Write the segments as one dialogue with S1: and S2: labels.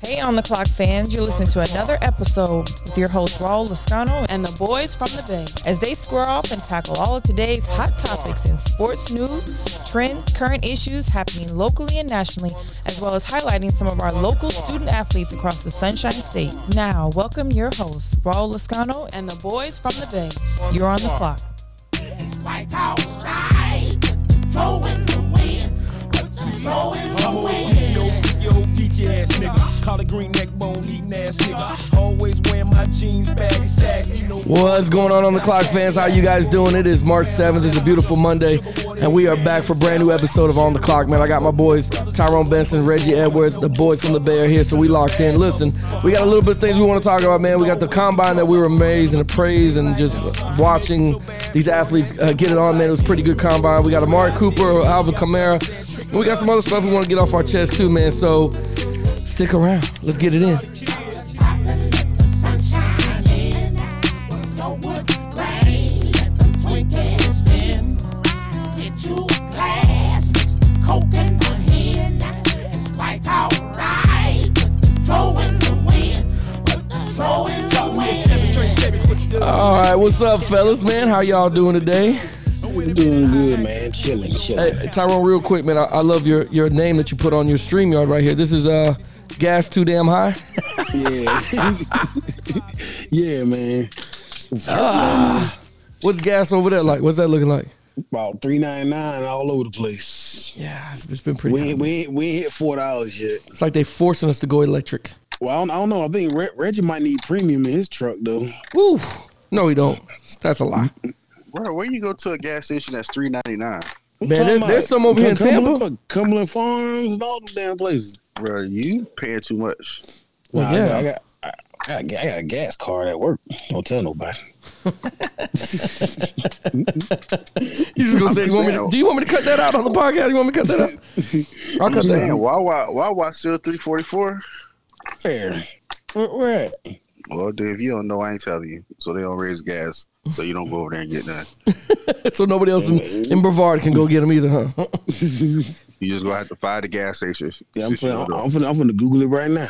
S1: Hey, On the Clock fans, you're listening to another episode with your host, Raul Lascano,
S2: and the boys from the Bay.
S1: as they square off and tackle all of today's hot topics in sports news, trends, current issues happening locally and nationally, as well as highlighting some of our local student athletes across the Sunshine State. Now, welcome your hosts, Raul Lascano, and
S2: And the boys from the Bay.
S1: you're on the clock.
S3: It's quite alright. Throwing the wind. Throwing the wind.
S4: Yo, yo, geeky ass nigga. Collar green neck bone, eating ass nigga. Always wearing my jeans, baggy sack. You know,
S5: What's going on on the clock, fans? How you guys doing? It is March 7th. It's a beautiful Monday, and we are back for a brand new episode of On the Clock, man. I got my boys Tyrone Benson, Reggie Edwards, the boys from the Bay are here, so we locked in. Listen, we got a little bit of things we want to talk about, man. We got the combine that we were amazed and appraised, and just watching these athletes uh, get it on, man. It was a pretty good combine. We got Amari Cooper, Alvin Kamara, and we got some other stuff we want to get off our chest too, man. So stick around. Let's get it in.
S3: It's poppin', let the sunshine in. Throw it rain. Let them twinkle and spin. Get you a glass. Mix the coke and the hen. It's quite alright. Throwing the wind. Throwing the wind.
S4: Trey Shabby, quick duck.
S5: All right, what's up, fellas, man? How y'all doing today?
S6: Doing good, man. Chilling, chilling.
S5: Hey, Tyrone, real quick, man. I, I love your your name that you put on your StreamYard right here. This is uh gas too damn high.
S6: Yeah, yeah, man.
S5: What's gas over there like? What's that looking like?
S6: About three nine nine all over the place.
S5: Yeah, it's, it's been pretty.
S6: We
S5: high.
S6: ain't, we ain't, we ain't hit four dollars yet.
S5: It's like they forcing us to go electric.
S6: Well, I don't, I don't know. I think Re- Reggie might need premium in his truck though.
S5: Woo! No, we don't. That's a lie.
S7: Bro, where you go to a gas station that's three ninety nine?
S5: Man,
S6: What you talking
S5: there- there's
S6: about?
S5: some over here in
S6: Cumberland-
S5: Tampa.
S6: look, Cumberland Farms and all them damn places.
S7: Bro, you paying too much.
S5: Well,
S6: Nah, I
S5: yeah.
S6: got- I got. I got, I got a gas card at work. Don't tell nobody.
S5: You just gonna say, you want me to- do you want me to cut that out on the podcast? You want me to cut that out? I'll cut that
S7: Damn,
S5: out.
S7: Wawa, Wawa still three forty four.
S6: Where? Where, where at?
S7: Well, dude, if you don't know, I ain't telling you. So they don't raise gas, so you don't go over there and get none.
S5: So nobody else in, in Brevard can go get them either, huh?
S7: You just gonna have to find the gas station.
S6: Yeah, I'm
S7: Shit, you
S6: finna,
S7: know,
S6: I'm finna, I'm finna Google it right now.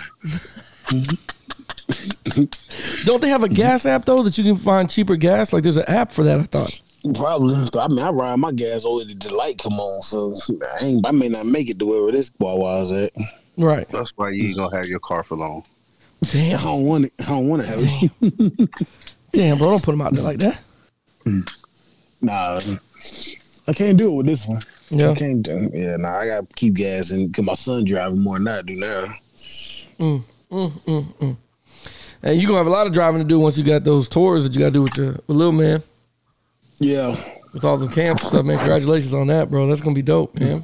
S5: Don't they have a gas app though that you can find cheaper gas? Like there's an app for that. I thought.
S6: Probably. But I mean, I ride my gas over to the light come on, so I ain't. I may not make it to wherever this Wawa's at.
S5: Right.
S7: That's why you ain't gonna have your car for long.
S6: I don't want it. I don't want to have it.
S5: Damn, bro, don't put them out there like that.
S6: Nah, I can't do it with this one.
S5: Yeah.
S6: I can't do. Yeah, nah. I gotta keep gas and get my son driving more than I do now.
S5: And you're gonna have a lot of driving to do once you got those tours that you gotta do with your with little man,
S6: Yeah,
S5: with all the camp stuff, man. Congratulations on that, bro. That's gonna be dope, man.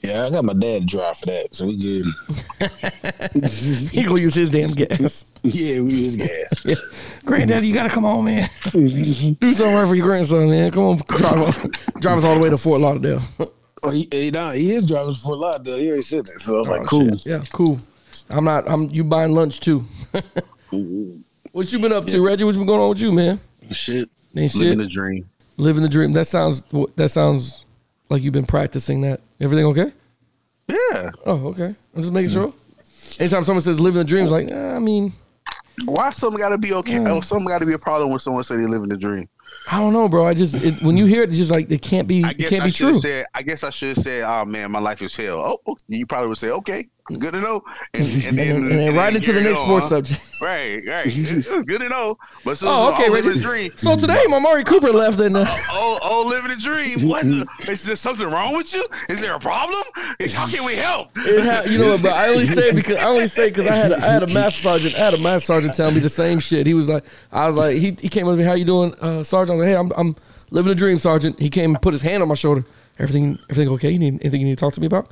S6: yeah. I got my dad to drive for that, so we good.
S5: He gonna use his damn gas.
S6: yeah, we use gas.
S5: Granddaddy, you gotta come on, man. do something right for your grandson, man. Come on, drive us, drive us all the way to Fort Lauderdale.
S6: oh, he, he, nah, he is driving for a lot though. He already said that, so I was
S5: Oh,
S6: like, cool.
S5: shit. Yeah, cool. I'm not. I'm. You buying lunch too? what you been up to, Reggie? What's been going on with you, man?
S7: Shit,
S5: Ain't shit.
S7: living the dream.
S5: Living the dream. That sounds that sounds like you've been practicing that. Everything okay?
S7: Yeah.
S5: Oh, okay. I'm just making sure. Anytime someone says living the dreams, like nah, I mean,
S7: Why something gotta be okay? Oh, something gotta be a problem when someone say they living the dream.
S5: I don't know, bro. I just it, when you hear it, it's just like it can't be.
S7: I
S5: It
S7: guess
S5: can't
S7: I
S5: be true.
S7: should have said. I guess I should have said, "Oh man, my life is hell." Oh, oh, you probably would say, "Okay, good to know," and, and, then,
S5: And then right into the
S7: carry
S5: next
S7: on,
S5: sports
S7: huh?
S5: subject.
S7: Right, right. It's good to know. But so,
S5: Oh, okay,
S7: all living
S5: Reggie.
S7: a dream.
S5: So today, Mamari Cooper left, and uh,
S7: Oh, oh, living a dream. What? the- Is there something wrong with you? Is there a problem? How can we help?
S5: it ha- you know what? But I only say it because I only say because I had a, I had a master sergeant. I had a master sergeant tell me the same shit. He was like, I was like, he, he came up to me, "How you doing, uh, sergeant?" I was like, "Hey, I'm I'm living a dream, sergeant." He came and put his hand on my shoulder. Everything everything okay? You need anything you need to talk to me about?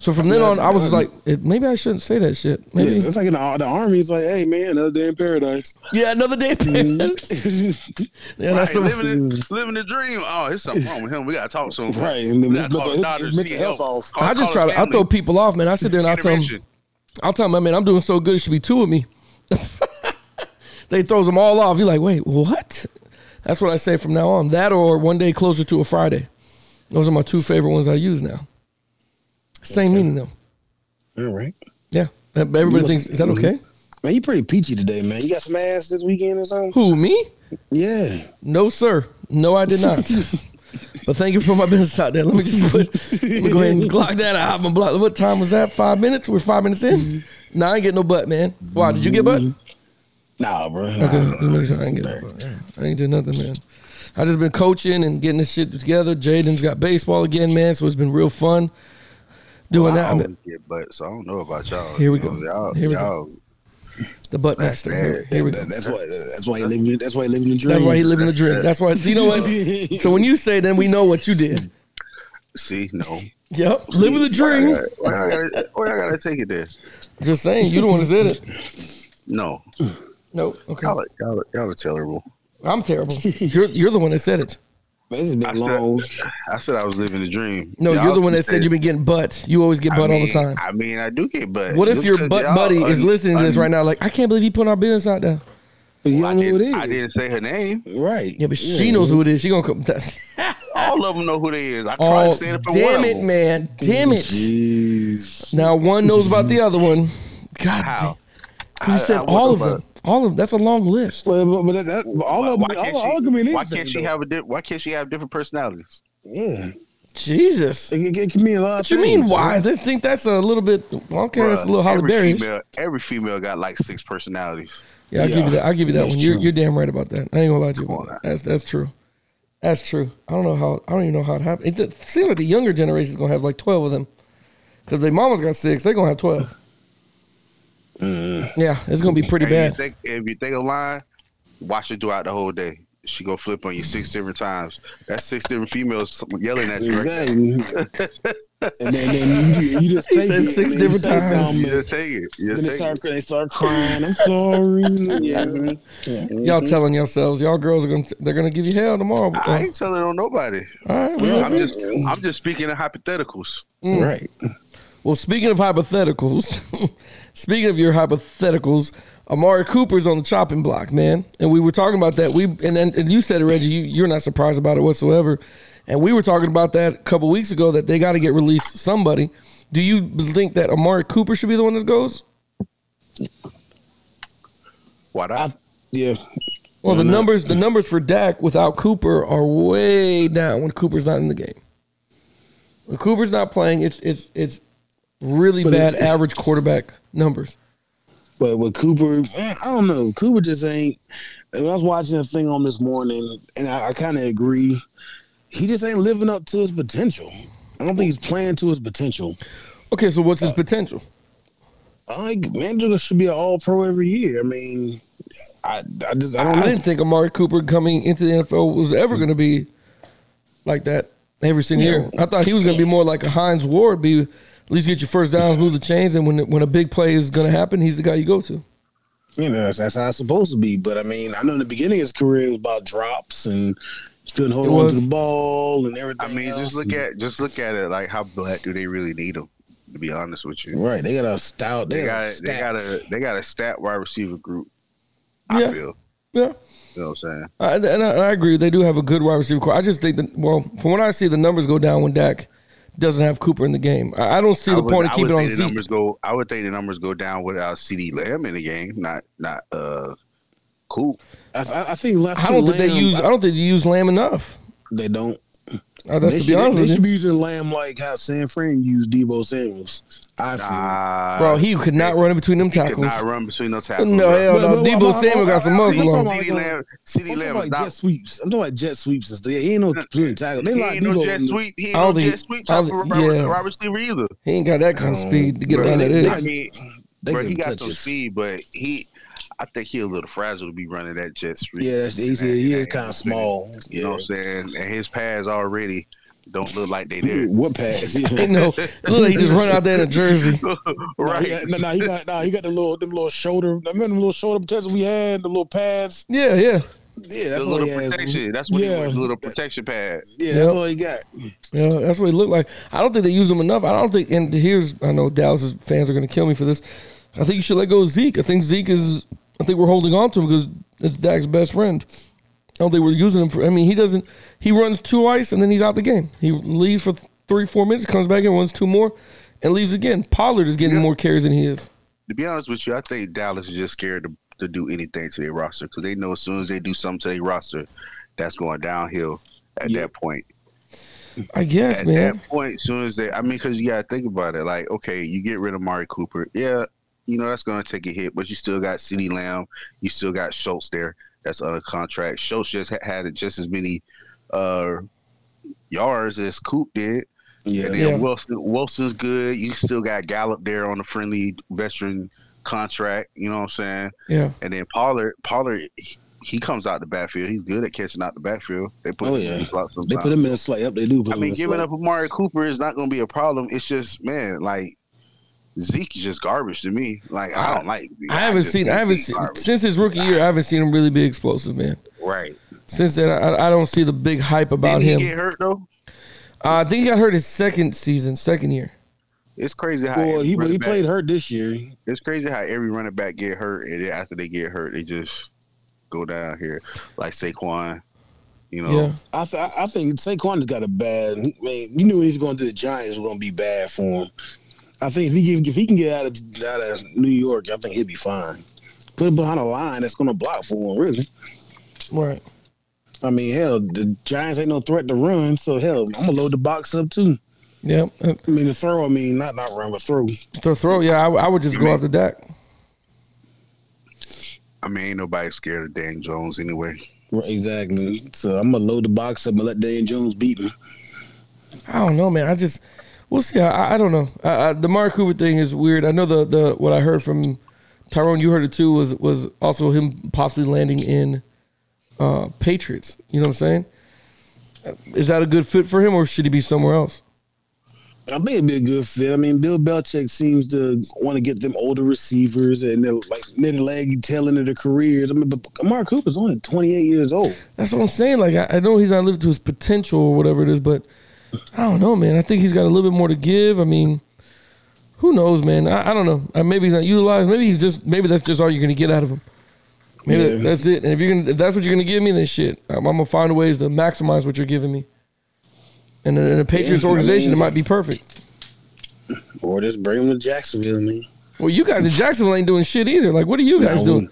S5: So from then on, I was just like, it, maybe I shouldn't say that shit. Maybe
S6: Yeah, it's like in the, the army. It's like, hey man, another day in paradise.
S5: Yeah, another day. yeah, that's
S7: Mm-hmm. Right,
S5: the
S7: living, the, living the dream. Oh, there's something wrong with him. We gotta talk to him.
S6: Right, and then
S7: We
S6: we
S7: gotta
S6: look at
S7: call his
S6: his-
S7: daughter
S6: his
S7: to
S6: mental
S7: get
S6: health
S7: help.
S6: off.
S7: Call-
S5: I just
S7: call
S5: try
S7: his
S5: to. I
S7: family.
S5: throw people off, man. I sit there and I tell them.
S7: Intervention.
S5: I'll tell them, I mean, I'm doing so good. It should be two of me. they throws them all off. You're like, wait, what? That's what I say from now on. That or one day closer to a Friday. Those are my two favorite ones I use now. Same meaning though.
S6: All right.
S5: Yeah, Everybody thinks is that okay?
S6: Man, you pretty peachy today, man. You got some ass this weekend or something?
S5: Who me?
S6: Yeah.
S5: No, sir. No, I did not. but thank you for my business out there. Let me just put, let me go ahead and block that out. My block. What time was that? Five minutes. We're five minutes in. Nah, I ain't get no butt, man. Why did you get butt?
S6: Nah, bro. Nah,
S5: Okay,
S6: nah,
S5: let me see. I ain't get no butt. I ain't do nothing, man. I just been coaching and getting this shit together. Jaden's got baseball again, man. So it's been real fun doing
S7: I
S5: that. I'm
S7: always get butt, so I don't know about y'all.
S5: Here we
S7: You know,
S5: go.
S7: Y'all,
S5: Here we go.
S7: y'all,
S5: the butt
S7: That's
S5: master. Here,
S7: nasty.
S5: here we go.
S6: that- That's why. That's why he living. That's why he living the dream.
S5: That's why he living the dream. That's why. You know what? So when you say, then we know what you did.
S7: See, no.
S5: Yep, living the dream.
S7: Why I gotta, why I gotta, why I gotta take it there?
S5: Just saying, you the one that said it.
S7: No.
S5: Nope. Okay.
S7: Y'all, are- y'all, are- y'all are terrible.
S5: I'm terrible. You're you're the one that said it.
S6: This has been long.
S7: I said I was living the dream.
S5: No,
S7: Y'all
S5: you're the one that
S7: keep saying-
S5: said you've been getting butt. You always get
S7: I
S5: butt all the
S7: mean-
S5: time.
S7: I mean, I do get butt.
S5: What if
S7: Just
S5: your
S7: 'cause
S5: butt
S7: y'all
S5: buddy is
S7: un-
S5: listening to this
S7: un-
S5: right now? Like, I can't believe he putting our business out there.
S6: But you
S7: I,
S6: don't know who
S7: did,
S6: it is.
S7: I didn't say her name.
S6: Right.
S5: Yeah, but she knows who it is. She gonna come.
S7: All of them know who they is. I probably
S5: Oh,
S7: said it for
S5: damn
S7: one
S5: it,
S7: of them.
S5: man! Damn it!
S6: Jeez.
S5: Now one knows about the other one. God damn!
S7: How?
S5: 'Cause you
S7: I-
S5: said
S7: I
S5: all of
S7: wonder
S5: them. All of that's a long list.
S6: But, but, but that, that, but all of
S7: Why
S6: them,
S7: can't
S6: all, all of them
S7: she,
S6: mean
S7: why
S6: anything,
S7: can't she
S6: though.
S7: have a di- Why can't she have different personalities?
S6: Yeah.
S5: Jesus.
S6: It, it, it can mean a lot.
S5: What you mean? Why? They think that's a little bit. Okay, that's a little
S7: Bruh,
S5: Holly
S7: every
S5: Berry.
S7: female, every female got like six personalities.
S5: Yeah, I'll give
S6: Yeah,
S5: you that. I'll give you that
S6: that's
S5: one. You're,
S6: true.
S5: you're damn right about that. I ain't gonna lie to you
S7: Come
S5: about
S7: on
S5: that. That's that's true. That's true. I don't know how. I don't even know how it happened. It seems like the younger generation's gonna have like twelve of them, because their mama's got six. They gonna have twelve.
S7: Mm.
S5: Yeah, it's gonna be pretty
S7: And you
S5: bad.
S7: think, if you think of line, watch her throughout the whole day. She gonna flip on you six different times. That's six different females yelling at you. Right? there.
S6: Exactly. and then, then you, you just
S5: He
S6: take
S5: said
S6: it,
S5: six
S6: and then you
S5: different
S6: say
S5: times.
S6: something, and
S7: You just take it. You
S6: Then
S7: just
S6: they
S7: take
S6: start,
S7: it.
S6: they start crying. I'm sorry. yeah.
S5: Y'all telling yourselves, y'all girls are gonna t- they're gonna give you hell tomorrow.
S7: I ain't telling on nobody.
S5: All right, we
S6: Yeah,
S5: gonna
S7: I'm
S5: see.
S7: just, I'm just speaking in hypotheticals.
S6: Right.
S5: Well, speaking of hypotheticals, speaking of your hypotheticals, Amari Cooper's on the chopping block, man. And we were talking about that. We and and, and you said it, Reggie. You, you're not surprised about it whatsoever. And we were talking about that a couple weeks ago that they got to get released somebody. Do you think that Amari Cooper should be the one that goes?
S7: Why not?
S6: I, yeah.
S5: Well, the
S6: Why not?
S5: numbers the numbers for Dak without Cooper are way down when Cooper's not in the game. When Cooper's not playing, it's it's it's really
S6: But
S5: bad
S6: it-
S5: average quarterback numbers.
S6: But with Cooper, man, I don't know. Cooper just ain't. And I was watching a thing on this morning, and I, I kind of agree. He just ain't living up to his potential. I don't think he's playing to his potential.
S5: Okay, so what's his potential?
S6: I think Mandrill should be an All Pro every year. I mean, I, I just I don't
S5: I
S6: know.
S5: didn't think Amari Cooper coming into the NFL was ever going to be like that every single
S6: Yeah.
S5: year. I thought he was going to be more like a Heinz Ward, be at least get your first downs, move the chains, and when when a big play is going to happen, he's the guy you go to.
S6: you know, that's, that's how it's supposed to be. But I mean, I know in the beginning of his career it was about drops and he couldn't hold
S5: It
S6: on to
S5: was.
S6: the ball and everything.
S7: I mean,
S6: else.
S7: just look at just look at it. Like, how black do they really need them? To be honest with you,
S6: right. They got a stout. They,
S7: they
S6: got, a
S7: got they got a they got a stat wide receiver group. I
S5: Yeah.
S7: feel.
S5: Yeah,
S7: You know what I'm saying?
S5: I, and, I, and I agree. They do have a good wide receiver core. I just think that well, from what I see, the numbers go down when Dak doesn't have Cooper in the game. I, I don't see the
S7: would-
S5: point of
S7: I
S5: keeping
S7: would
S5: on
S7: say the
S5: Zeke.
S7: numbers go. I would think the numbers go down without CD Lamb in the game. Not not uh, cool.
S6: I, I, I think. I,
S5: I don't think they
S6: Lamb-
S5: use. I don't think they use Lamb enough.
S6: They don't.
S5: Uh, that's
S6: they
S5: to
S6: should,
S5: be honest
S6: they,
S5: with you.
S6: should be using Lamb like how San Fran used Debo Samuels. I feel.
S7: Nah,
S5: Bro, he could not run in between them
S7: could
S5: tackles.
S7: not run between no tackles.
S5: No,
S7: bro.
S5: hell
S6: But-
S5: no.
S6: but-
S5: Debo
S6: but-
S5: Samuel got some
S6: I'm
S5: muzzle on. him.
S6: talking about-
S7: CD Lamb, CD
S6: I'm talking
S7: Lamb
S6: about
S7: is
S6: jet
S7: not.
S6: sweeps. I'm talking about jet sweeps and stuff. Yeah, he ain't no between tackle. They
S7: He
S6: like
S7: ain't no
S6: Debo.
S7: jet
S6: in the-
S7: sweep. He ain't
S5: I don't
S7: no
S5: think-
S7: jet sweep.
S5: I
S7: Top
S5: don't
S7: of
S5: think-
S7: Robert,
S5: yeah.
S7: Robert Sleeper either.
S5: He ain't got that kind of
S6: Um,
S5: speed to get
S6: bro,
S5: around that
S6: they-
S5: edge.
S6: they-
S7: I mean,
S6: They
S7: bro,
S6: couldn't
S7: he got
S6: touch
S7: some
S6: us.
S7: speed, but he, I think he a little fragile to be running that jet sweep.
S6: Yeah, that's, he,
S7: And-
S6: said he
S7: and-
S6: is kind
S7: and-
S6: of small.
S7: You know what I'm saying? And his pads already don't look like they
S6: Dude,
S7: there.
S6: What pass? Yeah.
S5: Ain't no. Look, like he just run out there in a jersey.
S6: Nah, he
S7: right.
S6: got- nah, nah, he got nah, he got them little them little shoulder. Remember them little shoulder protectors we had, the little pads.
S5: Yeah, yeah,
S6: Yeah,
S7: the
S6: that's what
S7: little
S6: he has.
S7: protection. That's what he
S6: Yeah.
S7: wears, the little protection pad.
S6: Yeah, that's
S5: Yep.
S6: all he got.
S5: yeah. That's what he looked like. I don't think they use him enough. I don't think. And here's, I know Dallas fans are gonna kill me for this. I think you should let go of Zeke. I think Zeke is. I think we're holding on to him because it's Dak's best friend. I don't think we're using him for. I mean, he doesn't. He runs two ice and then he's out the game. He leaves for three, four minutes, comes back in, runs two more, and leaves again. Pollard is getting more carries than he is.
S7: to be honest with you, I think Dallas is just scared to, to do anything to their roster because they know as soon as they do something to their roster, that's going downhill at
S6: Yeah.
S7: that point.
S5: I guess,
S7: At
S5: man.
S7: that point, as soon as they, I mean, because you got to think about it. Like, okay, you get rid of Mari Cooper. Yeah, you know, that's going to take a hit, but you still got CeeDee Lamb. You still got Schultz there. That's under contract. Schultz just ha- had just as many uh, yards as Coop did. And
S6: Yeah.
S7: then
S5: Yeah.
S7: Wilson, Wilson's good. You still got Gallup there on the friendly veteran contract. You know what I'm saying?
S5: Yeah.
S7: And then Pollard, Pollard, he, he comes out the backfield. He's good at catching out the backfield. They put
S6: Oh,
S7: him in
S6: yeah.
S7: the slot
S6: They
S7: sometimes.
S6: put him in a slate. Yep, they do. Put
S7: I
S6: him in
S7: mean,
S6: a
S7: giving
S6: slate.
S7: up Amari Cooper is not going to be a problem. It's just, man, like Zeke is just garbage to me. Like I don't like. Zeke.
S5: I haven't
S7: just
S5: seen.
S7: think
S5: I haven't
S7: he's
S5: seen
S7: garbage.
S5: since his rookie year. I haven't seen him really be explosive, man.
S7: Right.
S5: Since then, I, I don't see the big hype about
S7: Did he
S5: him.
S7: get hurt though?
S5: Uh, I think he got hurt his second season, second year.
S7: It's crazy how
S6: Well,
S7: every
S6: he,
S7: running
S6: he
S7: back-
S6: played hurt this year.
S7: It's crazy how every running back get hurt, and then after they get hurt, they just go down here like Saquon. You know,
S5: Yeah.
S6: I, th- I think Saquon's got a bad. I mean, you knew when he was going to the Giants was going to be bad for him. I think if he give, if he can get out of out of New York, I think he'll be fine. Put him behind a line that's going to block for him. Really,
S5: Right.
S6: I mean, hell, the Giants ain't no threat to run. So hell, I'm gonna load the box up too.
S5: Yeah. Uh,
S6: I mean, the throw. I mean, not not run, but throw.
S5: throw, throw. Yeah. I, I would just go after Dak.
S7: I mean, ain't nobody scared of Dan Jones anyway.
S6: Right, exactly. So I'm gonna load the box up and let Dan Jones beat him.
S5: I don't know, man. I just we'll see. I, I don't know. I, I, the Mark Cooper thing is weird. I know the the what I heard from Tyrone. You heard it too. Was was also him possibly landing in uh, Patriots. You know what I'm saying? Is that a good fit for him, or should he be somewhere else?
S6: I think it'd be a good fit. I mean, Bill Belichick seems to want to get them older receivers and they're like near the leg tail end of their careers. I mean, but Amari Cooper's only 28 years old.
S5: That's what I'm saying. Like I, I know he's not living to his potential or whatever it is, but I don't know, man. I think he's got a little bit more to give. I mean, who knows, man? I, I don't know. Uh, Maybe he's not utilized. Maybe he's just. Maybe that's just all you're gonna get out of him. Maybe
S6: Yeah.
S5: that- that's it. And if you're gonna, if that's what you're gonna give me, then shit, I'm, I'm gonna find ways to maximize what you're giving me. And in, in a Patriots
S6: I mean-
S5: organization, it might be perfect.
S6: Or just bring him to Jacksonville, man.
S5: Well, you guys in Jacksonville ain't doing shit either. Like, what are you guys
S6: No.
S5: doing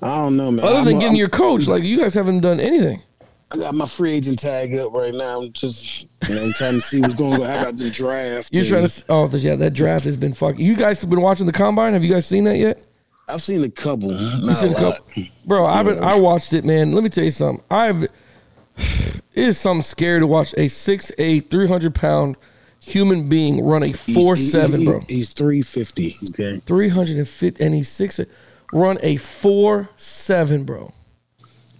S6: I don't know, man.
S5: other
S6: I'm-
S5: than getting
S6: I'm-
S5: your coach? Like, you guys haven't done anything.
S6: I got my free agent tag up right now. I'm just, you know, I'm trying to see what's going to happen after the draft.
S5: You're
S6: And
S5: trying to. Oh, yeah, that draft has been fucking. You guys have been watching the combine. Have you guys seen that yet?
S6: I've seen a couple. Not
S5: You seen
S6: a
S5: a
S6: lot.
S5: couple- bro. I've been,
S6: Yeah.
S5: I watched it, man. Let me tell you something. I've it is something scary to watch a 6'8", 300 pound human being run a
S6: He's-
S5: four
S6: he-
S5: seven,
S6: he-
S5: bro.
S6: He's 350. Okay.
S5: Three hundred and fifty, and he's six. Run a four seven, bro.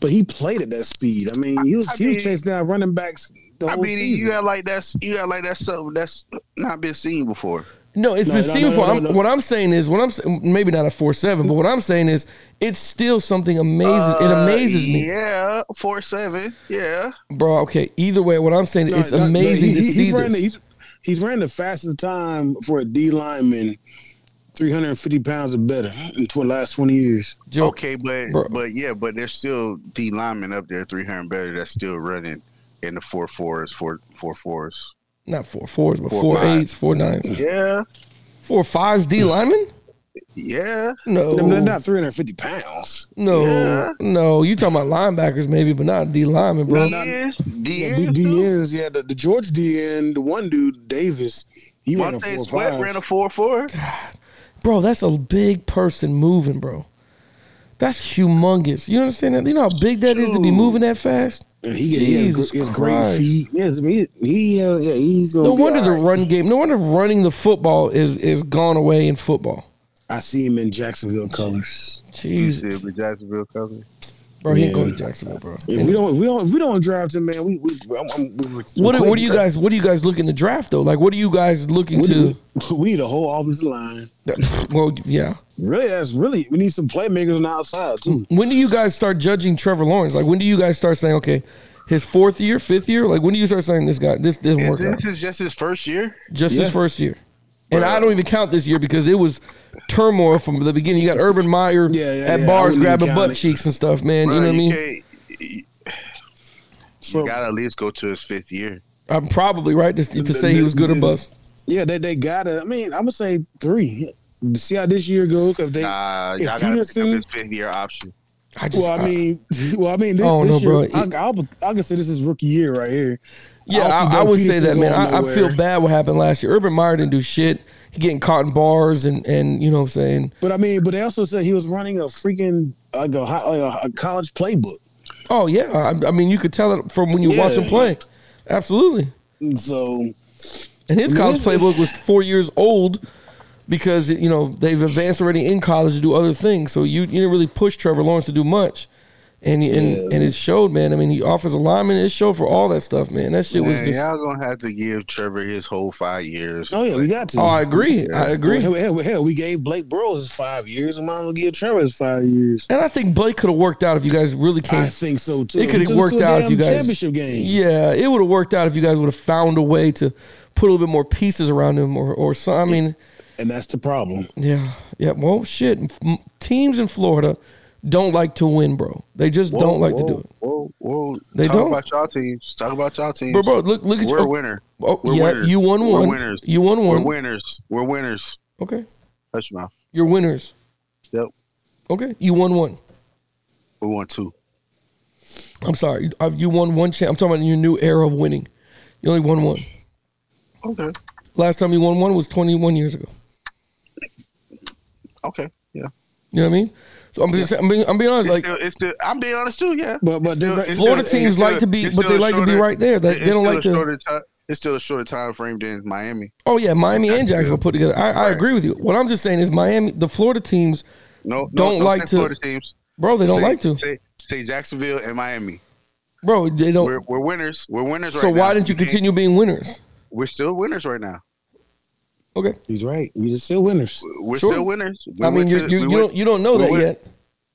S6: But he played at that speed. I mean, he was,
S7: I
S6: he
S7: mean-
S6: was chasing down running backs the
S7: I
S6: whole
S7: mean,
S6: season.
S7: you got like that's you got like that's something that's not been seen before.
S5: No, it's
S6: No,
S5: been
S6: no,
S5: seen
S6: no,
S5: before.
S6: no,
S5: I'm,
S6: no, no.
S5: What I'm saying is, what I'm s- maybe not a four seven, but what I'm saying is, it's still something amazing. it
S7: Uh,
S5: amazes me,
S7: Yeah, four seven. Yeah,
S5: bro. Okay, either way, what I'm saying is,
S6: No,
S5: it's
S6: no, no,
S5: amazing
S6: he-
S5: to
S6: he-
S5: see
S6: he's
S5: this.
S6: Ran the, he's, he's ran the fastest time for a D lineman, 350 pounds or better in tw- last 20 years.
S5: Joe,
S7: okay, but
S5: Bro.
S7: but yeah, but there's still D linemen up there, three hundred better. That's still running in the four fours, four four fours.
S5: not four fours, but
S7: Four
S5: four
S7: fives.
S5: eights, four nines,
S7: Yeah,
S5: four fives. D lineman.
S7: yeah.
S5: No,
S6: No, they're not 350 pounds.
S5: no,
S7: Yeah.
S5: no. You talking about linebackers, maybe, but not D lineman, bro.
S6: No,
S7: DN,
S6: Yeah,
S7: DN,
S6: D- DNs, yeah, the, the George DN, the one dude, Davis, he ran a
S7: Montez
S6: 4
S7: Sweat
S6: 5.
S7: ran a four four.
S5: Bro, that's a big person moving, bro. That's humongous. You understand that? You know how big that is to be
S7: Dude.
S5: moving that fast.
S6: and he, he, has,
S5: Jesus
S6: gr- he has great
S5: Christ.
S6: feet. Yes, I mean, he, he, uh, yeah, he's going to
S5: No
S6: be
S5: wonder the
S6: all right.
S5: run game. No wonder running the football is is gone away in football.
S6: I see him in Jacksonville colors.
S5: Jesus,
S7: Jacksonville cover.
S5: bro, he ain't
S6: Yeah.
S5: going to Jacksonville, bro.
S6: If we don't, if we don't, if we don't draft him, man. We, we, I'm, I'm, we, we
S5: What are, what are you guys? What are you guys looking to draft though? Like, what are you guys looking
S6: We
S5: to?
S6: need, we need a whole offensive line.
S5: Well, yeah.
S6: Really, that's really we need some playmakers on the outside too.
S5: when do you guys start judging Trevor Lawrence? Like when do you guys start saying, okay, his fourth year, fifth year? Like when do you start saying this guy this didn't work out?
S7: This is just his first year.
S5: Just
S6: Yeah.
S5: his first year. And
S7: Bruh.
S5: I don't even count this year because it was turmoil from the beginning. You got Urban Meyer
S6: Yeah, yeah,
S5: at
S6: yeah. I
S5: bars
S6: wouldn't
S5: grabbing
S6: even
S5: butt
S6: count it.
S5: cheeks and stuff, man. you
S7: Bruh,
S5: know what I mean?
S7: can't- You,
S6: So,
S7: gotta at least go to his fifth year.
S5: I'm probably right to, to
S6: The-
S5: say he
S6: the-
S5: was good or
S6: the-
S5: bust.
S6: yeah, they they got to I mean, I'm gonna say three. see how this year goes because they.
S7: Nah,
S6: if
S7: y'all gotta pick up
S6: Peterson-
S7: his fifth year option.
S5: I just,
S6: well, I mean, well, I mean, this,
S5: Oh,
S6: this
S5: no, bro.
S6: year, I, I'll, I can say this is rookie year right here.
S5: Yeah,
S6: don't see
S5: I, I
S6: Doug
S5: would say
S6: Peterson
S5: that, man.
S6: going
S5: I, I
S6: nowhere.
S5: feel bad what happened last year. Urban Meyer didn't do shit. He getting caught in bars and and you know what I'm saying.
S6: But I mean, but they also said he was running a freaking like a, hi- like a, a college playbook.
S5: Oh yeah, I, I mean you could tell it from when you watch him
S6: Yeah.
S5: play. Absolutely.
S6: And So
S5: And his
S6: Yeah,
S5: college
S6: this is-
S5: playbook was four years old because you know they've advanced already in college to do other things. So you, you didn't really push Trevor Lawrence to do much, and and
S6: Yeah.
S5: and it showed, man. I mean, he offers alignment. It showed for all that stuff, man. That shit was
S7: Man,
S5: just.
S7: y'all gonna have to give Trevor his whole five years.
S6: oh yeah, we got to.
S5: Oh, I agree. I agree.
S6: Hell, hell, hell, we gave Blake Burrows his five years, and mine will give Trevor his five years.
S5: And I think Blake could have worked out if you guys really
S6: I
S5: came.
S6: think so too.
S5: It could
S6: To-
S5: have
S6: to
S5: worked
S6: a
S5: out if
S6: damn
S5: you guys.
S6: championship game.
S5: Yeah, it would have worked out if you guys would have found a way to put a little bit more pieces around him or or some. I mean,
S6: and that's the problem.
S5: yeah, yeah. Well, shit. m- Teams in Florida don't like to win, bro. They just
S7: Whoa,
S5: don't like
S7: whoa,
S5: to do it.
S7: Whoa, whoa!
S5: They
S7: Talk
S5: don't.
S7: about y'all teams. Talk about y'all teams.
S5: Bro, bro, look, look at
S7: We're a
S5: you.
S7: winner.
S5: Oh,
S7: We're
S5: yeah,
S7: winners.
S5: you won
S7: We're
S5: one.
S7: winners.
S5: You won
S7: We're
S5: one.
S7: winners. We're winners.
S5: Okay,
S7: Touch your mouth.
S5: you're winners.
S7: Yep.
S5: Okay, you won one.
S7: We won two.
S5: I'm sorry, you- I've- you won one. Cha- I'm talking about in your new era of winning. You only won one.
S7: Okay.
S5: Last time you won one was 21 years ago.
S7: Okay. Yeah.
S5: You know what I mean? So I'm just, I'm being, I'm being honest.
S7: It's
S5: Like
S7: still- it's still- I'm being honest too. Yeah.
S6: But but
S7: Still-
S6: there's-
S7: it's
S5: Florida
S7: still-
S5: teams
S7: it's still-
S5: like to be-
S7: it's
S5: but
S7: still
S5: they
S7: a
S5: like to be
S7: shorter-
S5: right there. They-
S7: it's
S5: they don't
S7: still a
S5: like to-
S7: shorter ti- It's still a shorter time frame than Miami.
S5: Oh yeah, Miami and Jacksonville put together. I, I
S7: Right.
S5: agree with you. What I'm just saying is Miami, the Florida teams,
S7: No, no
S5: Don't
S7: no
S5: like
S7: say
S5: to-
S7: Florida teams.
S5: bro, they don't
S7: Say-
S5: like to,
S7: say, say Jacksonville and Miami.
S5: bro. They
S7: We're,
S5: don't.
S7: we're winners. We're winners.
S5: Oh. So
S7: right
S5: why
S7: now.
S5: didn't you
S7: We can't-
S5: continue being winners?
S7: We're still winners right now.
S5: Okay,
S6: he's right. We're just still winners.
S7: We're
S5: Sure.
S7: still winners. We
S5: I mean
S7: went
S5: you you
S7: to- we
S5: you
S7: went-
S5: don't you don't know
S7: we
S5: that
S7: went-
S5: yet,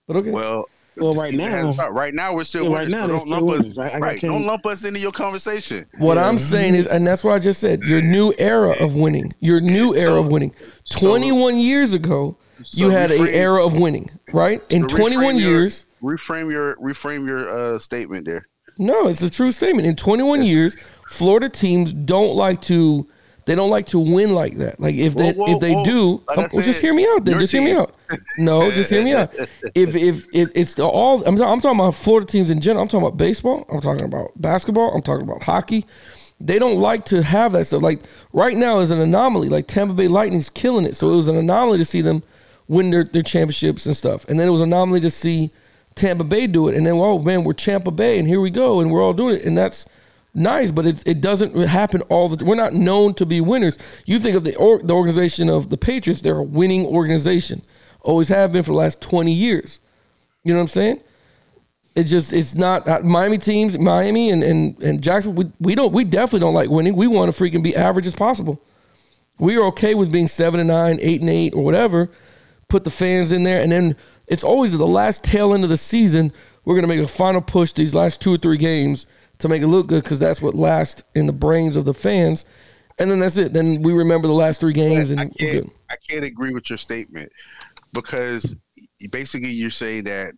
S5: but okay.
S7: Well,
S6: Well, right
S7: Stephen
S6: now-
S7: has- right now we're still
S6: Yeah,
S7: winners.
S6: right now
S7: so
S6: they're
S7: don't
S6: still
S7: lump
S6: winners.
S7: us.
S6: I- I
S7: right,
S6: can't-
S7: don't lump us into your conversation.
S5: What
S6: Yeah.
S5: I'm saying is, and that's what I just said. Your new era of winning. Your new era of winning.
S7: so-
S5: 21 years ago,
S7: so
S5: you had a
S7: reframe-
S5: era of winning, right? In
S7: So reframe
S5: 21
S7: your-
S5: years,
S7: reframe your reframe your uh, statement there.
S5: no, it's a true statement. In 21 years, Florida teams don't like to. They don't like to win like that. Like if they
S7: Whoa, whoa,
S5: if they
S7: whoa.
S5: do,
S7: Like I
S5: um, well, just
S7: said,
S5: hear me out. Then
S7: your
S5: just hear me
S7: team.
S5: out. No, just hear me out. If if it, it's the all, I'm, I'm talking about Florida teams in general. I'm talking about baseball. I'm talking about basketball. I'm talking about hockey. They don't like to have that stuff. Like right now is an anomaly. Like Tampa Bay Lightning's killing it. So it was an anomaly to see them win their, their championships and stuff. And then it was an anomaly to see Tampa Bay do it. And then oh man, we're Tampa Bay, and here we go, and we're all doing it. And that's nice, but it, it doesn't happen all the. We're not known to be winners. You think of the or, the organization of the Patriots; they're a winning organization, always have been for the last twenty years. You know what I'm saying? It just it's not uh, Miami teams, Miami and and and Jacksonville. We, we don't we definitely don't like winning. We want to freaking be average as possible. We are okay with being seven and nine, eight and eight, or whatever. Put the fans in there, and then it's always at the last tail end of the season. We're gonna make a final push these last two or three games to make it look good because that's what lasts in the brains of the fans. And then that's it. Then we remember the last three games, and
S7: I
S5: we're good.
S7: can't, I can't agree with your statement because basically you're saying that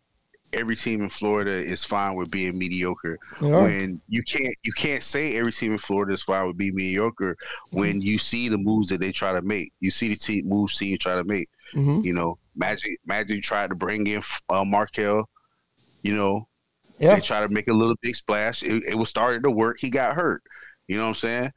S7: every team in Florida is fine with being mediocre.
S5: They are.
S7: When you can't you can't say every team in Florida is fine with being mediocre when you see the moves that they try to make. You see the team moves team try to make.
S5: Mhm.
S7: You know, Magic Magic tried to bring in uh, Markel. You know,
S5: Yeah,
S7: they tried to make a little big splash. It, it was starting to work. He got hurt. You know what I'm saying?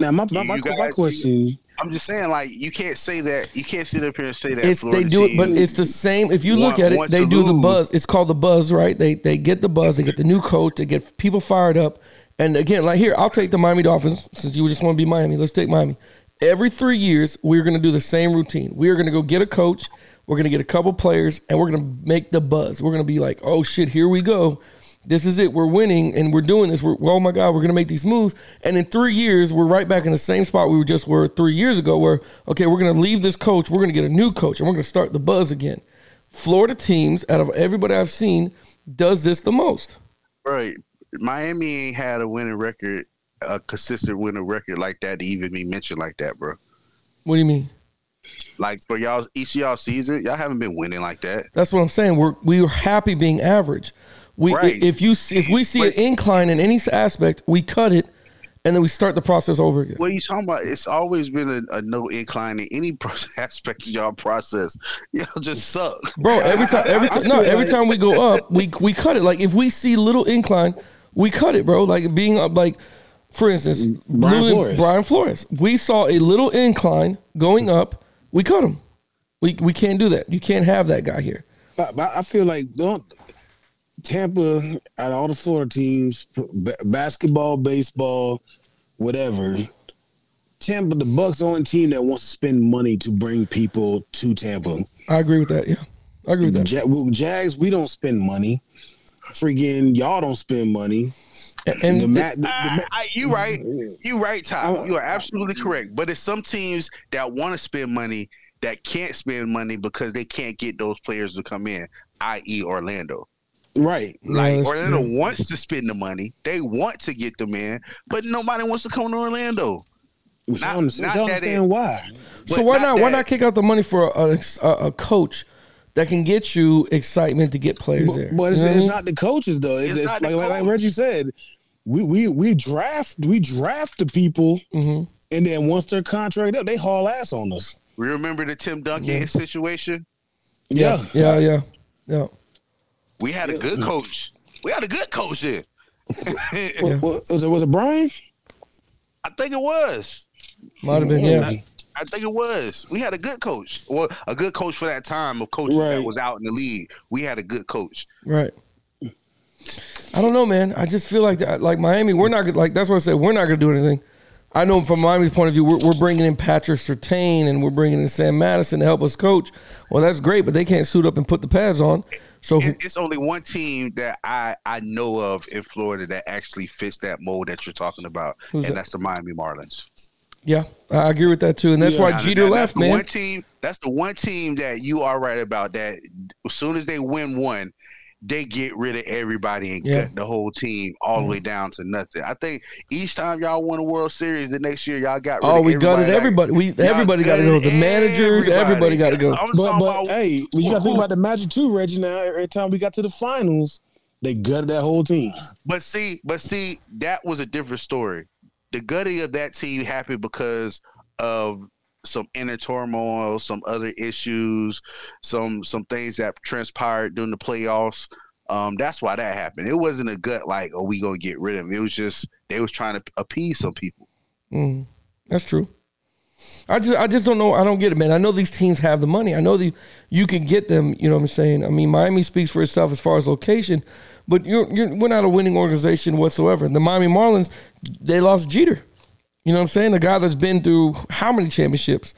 S6: Now my my, my,
S7: You guys-
S6: my question.
S7: I'm just saying, like, you can't say that. You can't sit up here and say that.
S5: it's they
S7: Florida
S5: do it, but
S7: team-
S5: it's the same. If you look
S7: want-
S5: at it,
S7: want
S5: they
S7: to
S5: do the
S7: lose.
S5: buzz. It's called the buzz, right? They they get the buzz. They get the new coach. They get people fired up. And again, like here, I'll take the Miami Dolphins since you just want to be Miami. Let's take Miami. Every three years, we're going to do the same routine. We are going to go get a coach. We're going to get a couple players, and we're going to make the buzz. We're going to be like, oh shit, here we go. This is it. We're winning, and we're doing this. We're oh my god, we're going to make these moves. And in three years, we're right back in the same spot we were just were three years ago. Where okay, we're going to leave this coach. We're going to get a new coach, and we're going to start the buzz again. Florida teams, out of everybody I've seen, does this the most.
S7: right. Miami ain't had a winning record, a consistent winning record like that to even be mentioned like that, bro.
S5: What do you mean?
S7: Like for y'all, each of y'all season, y'all haven't been winning like that.
S5: That's what I'm saying. We're we are happy being average. We
S7: Right.
S5: if you see- if we see an
S7: But-
S5: incline in any aspect, we cut it, and then we start the process over again.
S7: What are you talking about? It's always been a, a no incline in any pro- aspect of y'all process. Y'all just suck.
S5: Bro, every time, every time, no,
S6: feel
S5: every
S6: like-
S5: time we go up, we we cut it. Like if we see little incline, we cut it, bro. Like being up, like for instance,
S6: Brian
S5: Lou and-
S6: Flores.
S5: Brian Flores. We saw a little incline going up. We cut him. We we can't do that. You can't have that guy here.
S6: But, but I feel like don't Tampa out of all the Florida teams, b- basketball, baseball, whatever. Tampa, the Bucks, the only team that wants to spend money to bring people to Tampa.
S5: I agree with that. Yeah, I agree with that.
S6: Ja- well, Jags, we don't spend money. Freaking, y'all don't spend money.
S5: And
S6: The,
S5: thi-
S6: Matt, the, the
S7: I,
S6: Ma- Mm-hmm.
S7: Ah, I, you right. You right, Ty.
S6: I-
S7: You are absolutely correct. But it's some teams that want to spend money that can't spend money because they can't get those players to come in, i.e. Orlando.
S6: right.
S5: yeah,
S7: Like
S5: that's-
S7: Orlando
S5: yeah.
S7: wants to spend the money. They want to get them in, but nobody wants to come to Orlando.
S6: Which
S7: Not-
S6: I understand,
S7: not
S6: which I
S7: that
S6: understand why.
S5: So
S7: But
S5: why not? why
S7: that.
S5: not kick out the money for a, a, a coach that can get you excitement to get players there?
S6: But it's,
S5: You know what I
S6: it's
S5: mean?
S6: not the coaches though. It-
S7: It's
S6: It's,
S7: not the
S6: like, like like
S7: coach.
S6: Reggie said, we we we draft we draft the people, and then once their contract up, they haul ass on us.
S7: We remember the Tim Duncan situation.
S6: Yeah,
S5: yeah, yeah, yeah.
S7: We had a good coach. We had a good coach then. I
S6: Wa- wa- was it was it Brian?
S7: think it was.
S5: Might have been yeah.
S7: I think it was. We had a good coach, or a good coach for that time of coaches that
S6: Right.
S7: was out in the league. We had a good coach.
S5: Right. I don't know, man. I just feel like that, like Miami. We're not gonna- like that's what I said. We're not going to do anything. I know from Miami's point of view, we're, we're bringing in Patrick Sertain and we're bringing in Sam Madison to help us coach. Well, that's great, but they can't suit up and put the pads on. So who-
S7: It, it's only one team that I I know of in Florida that actually fits that mold that you're talking about,
S5: Who's
S7: and
S5: that?
S7: that's the Miami Marlins.
S5: yeah, I agree with that too, and that's
S6: Yeah.
S5: why
S7: Now,
S5: Jeter
S7: that- that's
S5: left,
S7: the
S5: man.
S7: One team. That's the one team that you are right about. That as soon as they win one, they get rid of everybody and
S5: Yeah. Mm-hmm.
S7: gut the whole team all the way down to nothing. I think each time y'all won a World Series, the next year y'all got. Rid
S5: Oh,
S7: of
S5: we
S7: everybody
S5: gutted
S7: that-
S5: everybody. We
S7: Y'all
S5: everybody got to go.
S7: gutted
S5: The managers, everybody got to go.
S7: I'm
S6: But
S7: talking
S6: but
S7: about-
S6: hey, well, you got to think about the Magic too, Reggie. Now every time we got to the finals, they gutted that whole team.
S7: But see, but see, that was a different story. The gutting of that team happened because of some inner turmoil, some other issues, some some things that transpired during the playoffs. Um, that's why that happened. It wasn't a gut like, oh, we gonna get rid of him. It was just they was trying to appease some people.
S5: Mm, that's true. I just I just don't know. I don't get it, man. I know these teams have the money. I know the you can get them. You know what I'm saying? I mean, Miami speaks for itself as far as location, but you're you're we're not a winning organization whatsoever. The Miami Marlins, they lost Jeter. You know what I'm saying? A guy that's been through how many championships,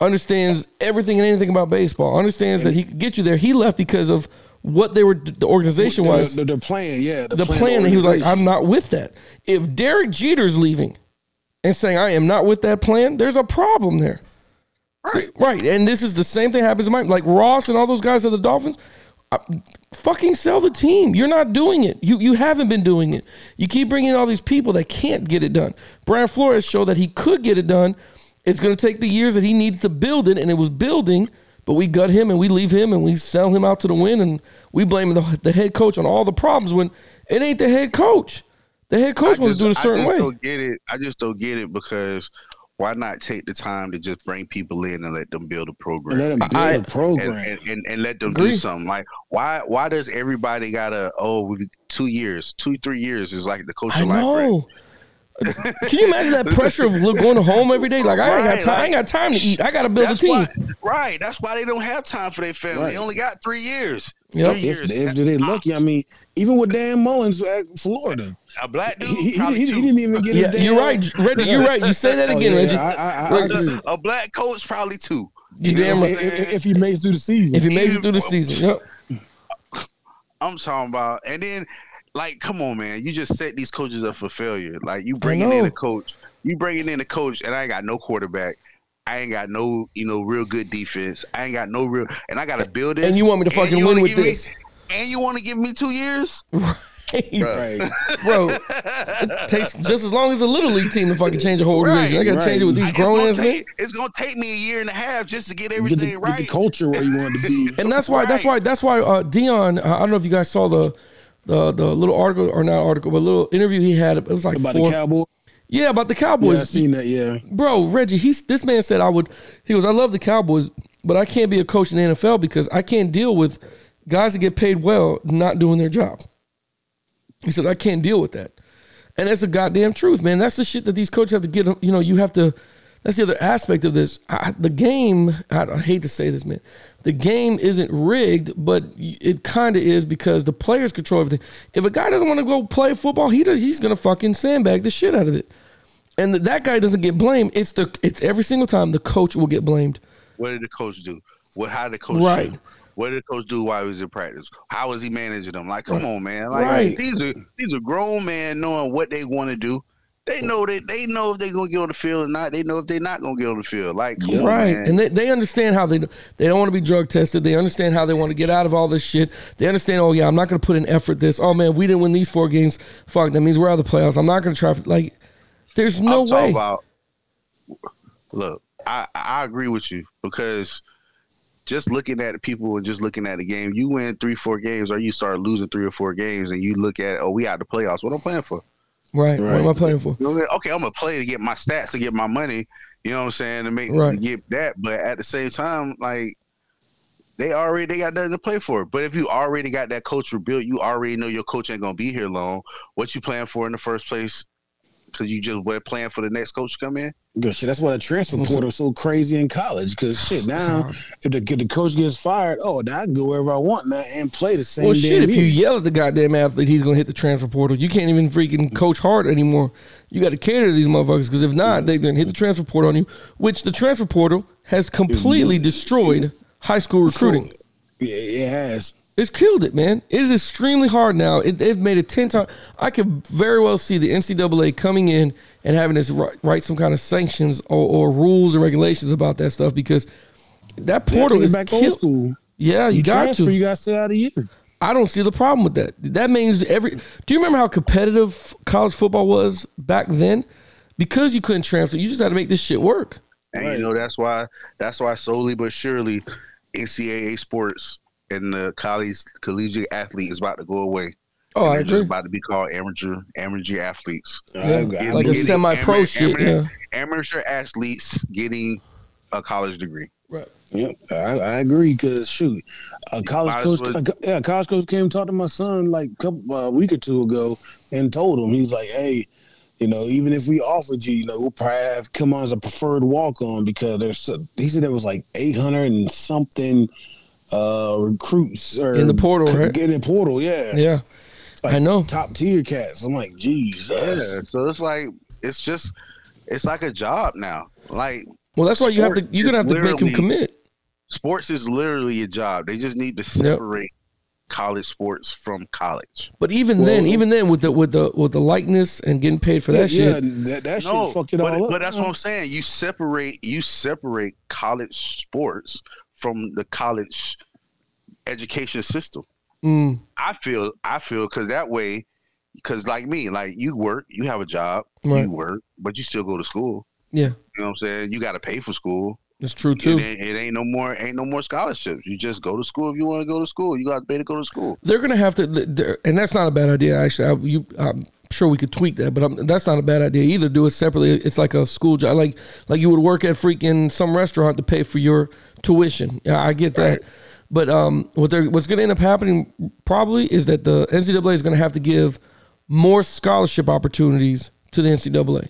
S5: understands everything and anything about baseball. Understands that he could get you there. He left because of what they were the organization
S6: They're,
S5: was
S6: they're, they're playing, yeah.
S5: the plan that he was like, I'm not with that. If Derek Jeter's leaving and saying I am not with that plan, there's a problem there.
S7: Right.
S5: Right. And this is the same thing happens to Mike. Like Ross and all those guys at the Dolphins. I- Fucking sell the team. You're not doing it. You you haven't been doing it. You keep bringing in all these people that can't get it done. Brian Flores showed that he could get it done. It's going to take the years that he needs to build it, and it was building. But we gut him and we leave him and we sell him out to the wind and we blame the, the head coach on all the problems when it ain't the head coach. The head coach wants to do it a certain
S7: I just
S5: way.
S7: Don't get it. I just don't get it because why not take the time to just bring people in and let them build a program?
S6: let them build
S5: I-
S6: a program.
S7: and, and, and, and let them
S5: Agree.
S7: do something. Like why why does everybody gotta oh we- two years, two, three years is like the coach
S5: I
S7: of life. right?
S5: know. Can you imagine that pressure of look, going home every day? Like I ain't got
S7: Right,
S5: time. I ain't got time to eat. I got to build a
S7: That's
S5: team.
S7: why, right. That's why they don't have time for their family.
S6: Right.
S7: They only got three years.
S5: Yep.
S7: Three
S6: if,
S7: years.
S6: if they're lucky, I mean, even with Dan Mullins at Florida,
S7: a black dude.
S6: he, he,
S7: probably
S6: he, he
S7: two.
S6: didn't even get his
S5: Yeah,
S6: damn-
S5: you're right, Reggie. You're right. You say that
S6: Oh,
S5: again,
S6: yeah,
S5: Reggie.
S6: I, I, I, I
S5: Look,
S6: agree.
S7: a black coach probably two.
S5: You damn right.
S6: if, if- if he makes it through the season,
S5: If he makes it through the season, yep.
S7: I'm talking about. And then, like, come on, man, you just set these coaches up for failure. Like, you bringing in
S5: know.
S7: a coach, you bringing in a coach, and I ain't got no quarterback. I ain't got no, you know, real good defense. I ain't got no real, and I got to build this.
S5: And you want me to fucking
S7: you
S5: win
S7: wanna
S5: with
S7: give me-
S5: this.
S7: and you want to give me two years?
S5: Hey,
S6: right.
S5: bro, it takes just as long as a little league team to fucking change the whole organization. I got to
S6: Right,
S5: change it with these
S7: It's gonna,
S5: grown ass men.
S7: take, it's gonna take me a year and a half just to get
S6: Get
S7: everything
S6: the,
S7: right.
S6: get the culture where you want it to be.
S5: and that's why that's why that's why uh, Dion. I don't know if you guys saw the the the little article or not article, but little interview he had. It was like
S6: About
S5: four,
S6: the Cowboys.
S5: Yeah, about the Cowboys.
S6: Yeah, I seen that. Yeah,
S5: bro, Reggie, he's this man said I would. He goes, I love the Cowboys, but I can't be a coach in the NFL because I can't deal with guys that get paid well not doing their job. He said I can't deal with that, and that's the goddamn truth, man. That's the shit that these coaches have to get. You know, you have to. That's the other aspect of this. I, the game. I, I hate to say this, man. The game isn't rigged, but it kind of is because the players control everything. If a guy doesn't want to go play football, he does, he's gonna fucking sandbag the shit out of it and th- that guy doesn't get blamed. It's the it's every single time the coach will get blamed.
S7: What did the coach do? What how did the coach
S5: Right.
S7: shoot? What did the coach do while he was in practice? How was he managing them? Like, come on, man. Like
S5: Right.
S7: these are these are grown man knowing what they want to do. They know that they know if they're gonna get on the field or not. They know if they're not gonna get on the field. Like, come on,
S5: right,
S7: man.
S5: and they, they understand how they they don't want to be drug tested. They understand how they want to get out of all this shit. They understand. Oh yeah, I'm not going to put in effort. This. Oh man, we didn't win these four games. Fuck, that means we're out of the playoffs. I'm not going to try. For, like, there's no
S7: I'm talking
S5: way.
S7: About, look, I, I agree with you because just looking at the people and just looking at the game, you win three, four games, or you start losing three or four games, and you look at, oh, we out the playoffs. What I'm playing for?
S5: Right. What am I playing for?
S7: You know what I mean? Okay, I'm gonna play to get my stats to get my money. You know what I'm saying? To make to
S5: Right.
S7: get that, but at the same time, like they already they got nothing to play for. But if you already got that coach rebuilt, you already know your coach ain't gonna be here long. What you plan for in the first place? Because you just were playing for the next coach to come in.
S6: good shit. That's why the transfer portal is so crazy in college. Because shit, now if the, if the coach gets fired, oh, now I can go wherever I want now and play the same.
S5: Well,
S6: damn
S5: shit. If you
S6: year.
S5: yell at the goddamn athlete, he's going to hit the transfer portal. You can't even freaking coach hard anymore. You got to cater to these motherfuckers because if not, they're going to hit the transfer portal on you. Which the transfer portal has completely destroyed high school recruiting.
S6: yeah, it has.
S5: It's killed it, man. It is extremely hard now. It, they've made it 10 times. I could very well see the NCAA coming in and having us write, write some kind of sanctions or, or rules and regulations about that stuff because that
S6: They
S5: portal
S6: take it
S5: is
S6: back old
S5: killed.
S6: school.
S5: Yeah, you,
S6: You,
S5: got
S6: transfer,
S5: to.
S6: you got to sit out a year.
S5: I don't see the problem with that. That means every. Do you remember how competitive college football was back then? Because you couldn't transfer, you just had to make this shit work.
S7: And
S6: Right.
S7: you know that's why that's why slowly but surely NCAA sports and the college collegiate athlete is about to go away.
S5: Oh,
S7: And
S5: I
S7: they're just
S5: agree.
S7: about to be called amateur amateur athletes.
S5: Yeah,
S6: I- I-
S5: like a
S7: Getting
S5: semi-pro
S7: ama-
S5: shit,
S7: Amateur,
S5: yeah.
S7: amateur athletes getting a college degree.
S5: Right.
S6: Yep, I, I agree. Cause shoot, a college
S7: might as
S6: coach,
S7: well-
S6: a, co- yeah, a college coach came and talked to my son like a couple a week or two ago and told him he's like, hey, you know, even if we offered you, you know, we'll probably have come on as a preferred walk on because there's so- he said there was like 800 and something uh recruits or
S5: In the portal,
S6: c-
S5: right?
S6: in the portal, yeah,
S5: Yeah,
S6: Like,
S5: I know.
S6: top tier cats. I'm like, geez,
S7: Yeah. So it's like it's just it's like a job now. Like
S5: Well, that's why you have to.
S7: Sport
S5: You're gonna have to make him
S7: literally-
S5: commit.
S7: sports is literally a job. They just need to separate college sports from college.
S5: But even
S6: Well-
S5: then, even then, with the with the with the likeness and getting paid for that
S6: yeah,
S5: shit,
S6: that, that shit fucked it
S7: but,
S6: all up.
S7: but that's what I'm saying. You separate you separate college sports from the college education system.
S5: mm,
S7: I feel I feel because that way, because like me, like you work, you have a job,
S5: Right.
S7: you work, but you still go to school.
S5: yeah,
S7: You know what I'm saying? You got to pay for school.
S5: that's true
S7: It
S5: too.
S7: ain't, it ain't no more. Ain't no more scholarships. You just go to school if you want to go to school. You got to pay to go to school.
S5: They're gonna have to, they're- and that's not a bad idea. Actually, I, you, I'm sure we could tweak that, but i that's not a bad idea either. Do it separately. It's like a school job, like like you would work at freaking some restaurant to pay for your tuition. Yeah, I get that. But um, what they're what's gonna end up happening probably is that the NCAA is gonna have to give more scholarship opportunities to the NCAA.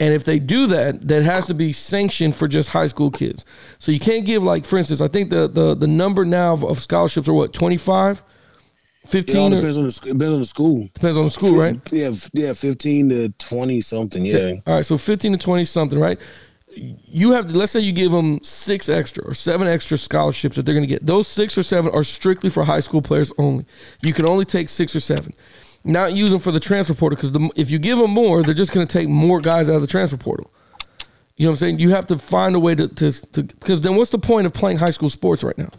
S5: And if they do that, that has to be sanctioned for just high school kids. So you can't give like, for instance, I think the the, the number now of, of scholarships are what 25,
S6: It all
S5: 15 or- depends,
S6: depends on the sc- depends on the school.
S5: on the school, right?
S6: Yeah, f- yeah, fifteen to twenty something. Yeah,
S5: All right, so 15 to 20 something, right? You have to, let's say you give them six extra or seven extra scholarships that they're going to get. Those six or seven are strictly for high school players only. You can only take six or seven. Not use them for the transfer portal because the, if you give them more, they're just going to take more guys out of the transfer portal. You know what I'm saying? You have to find a way to, to, to because then what's the point of playing high school sports right now?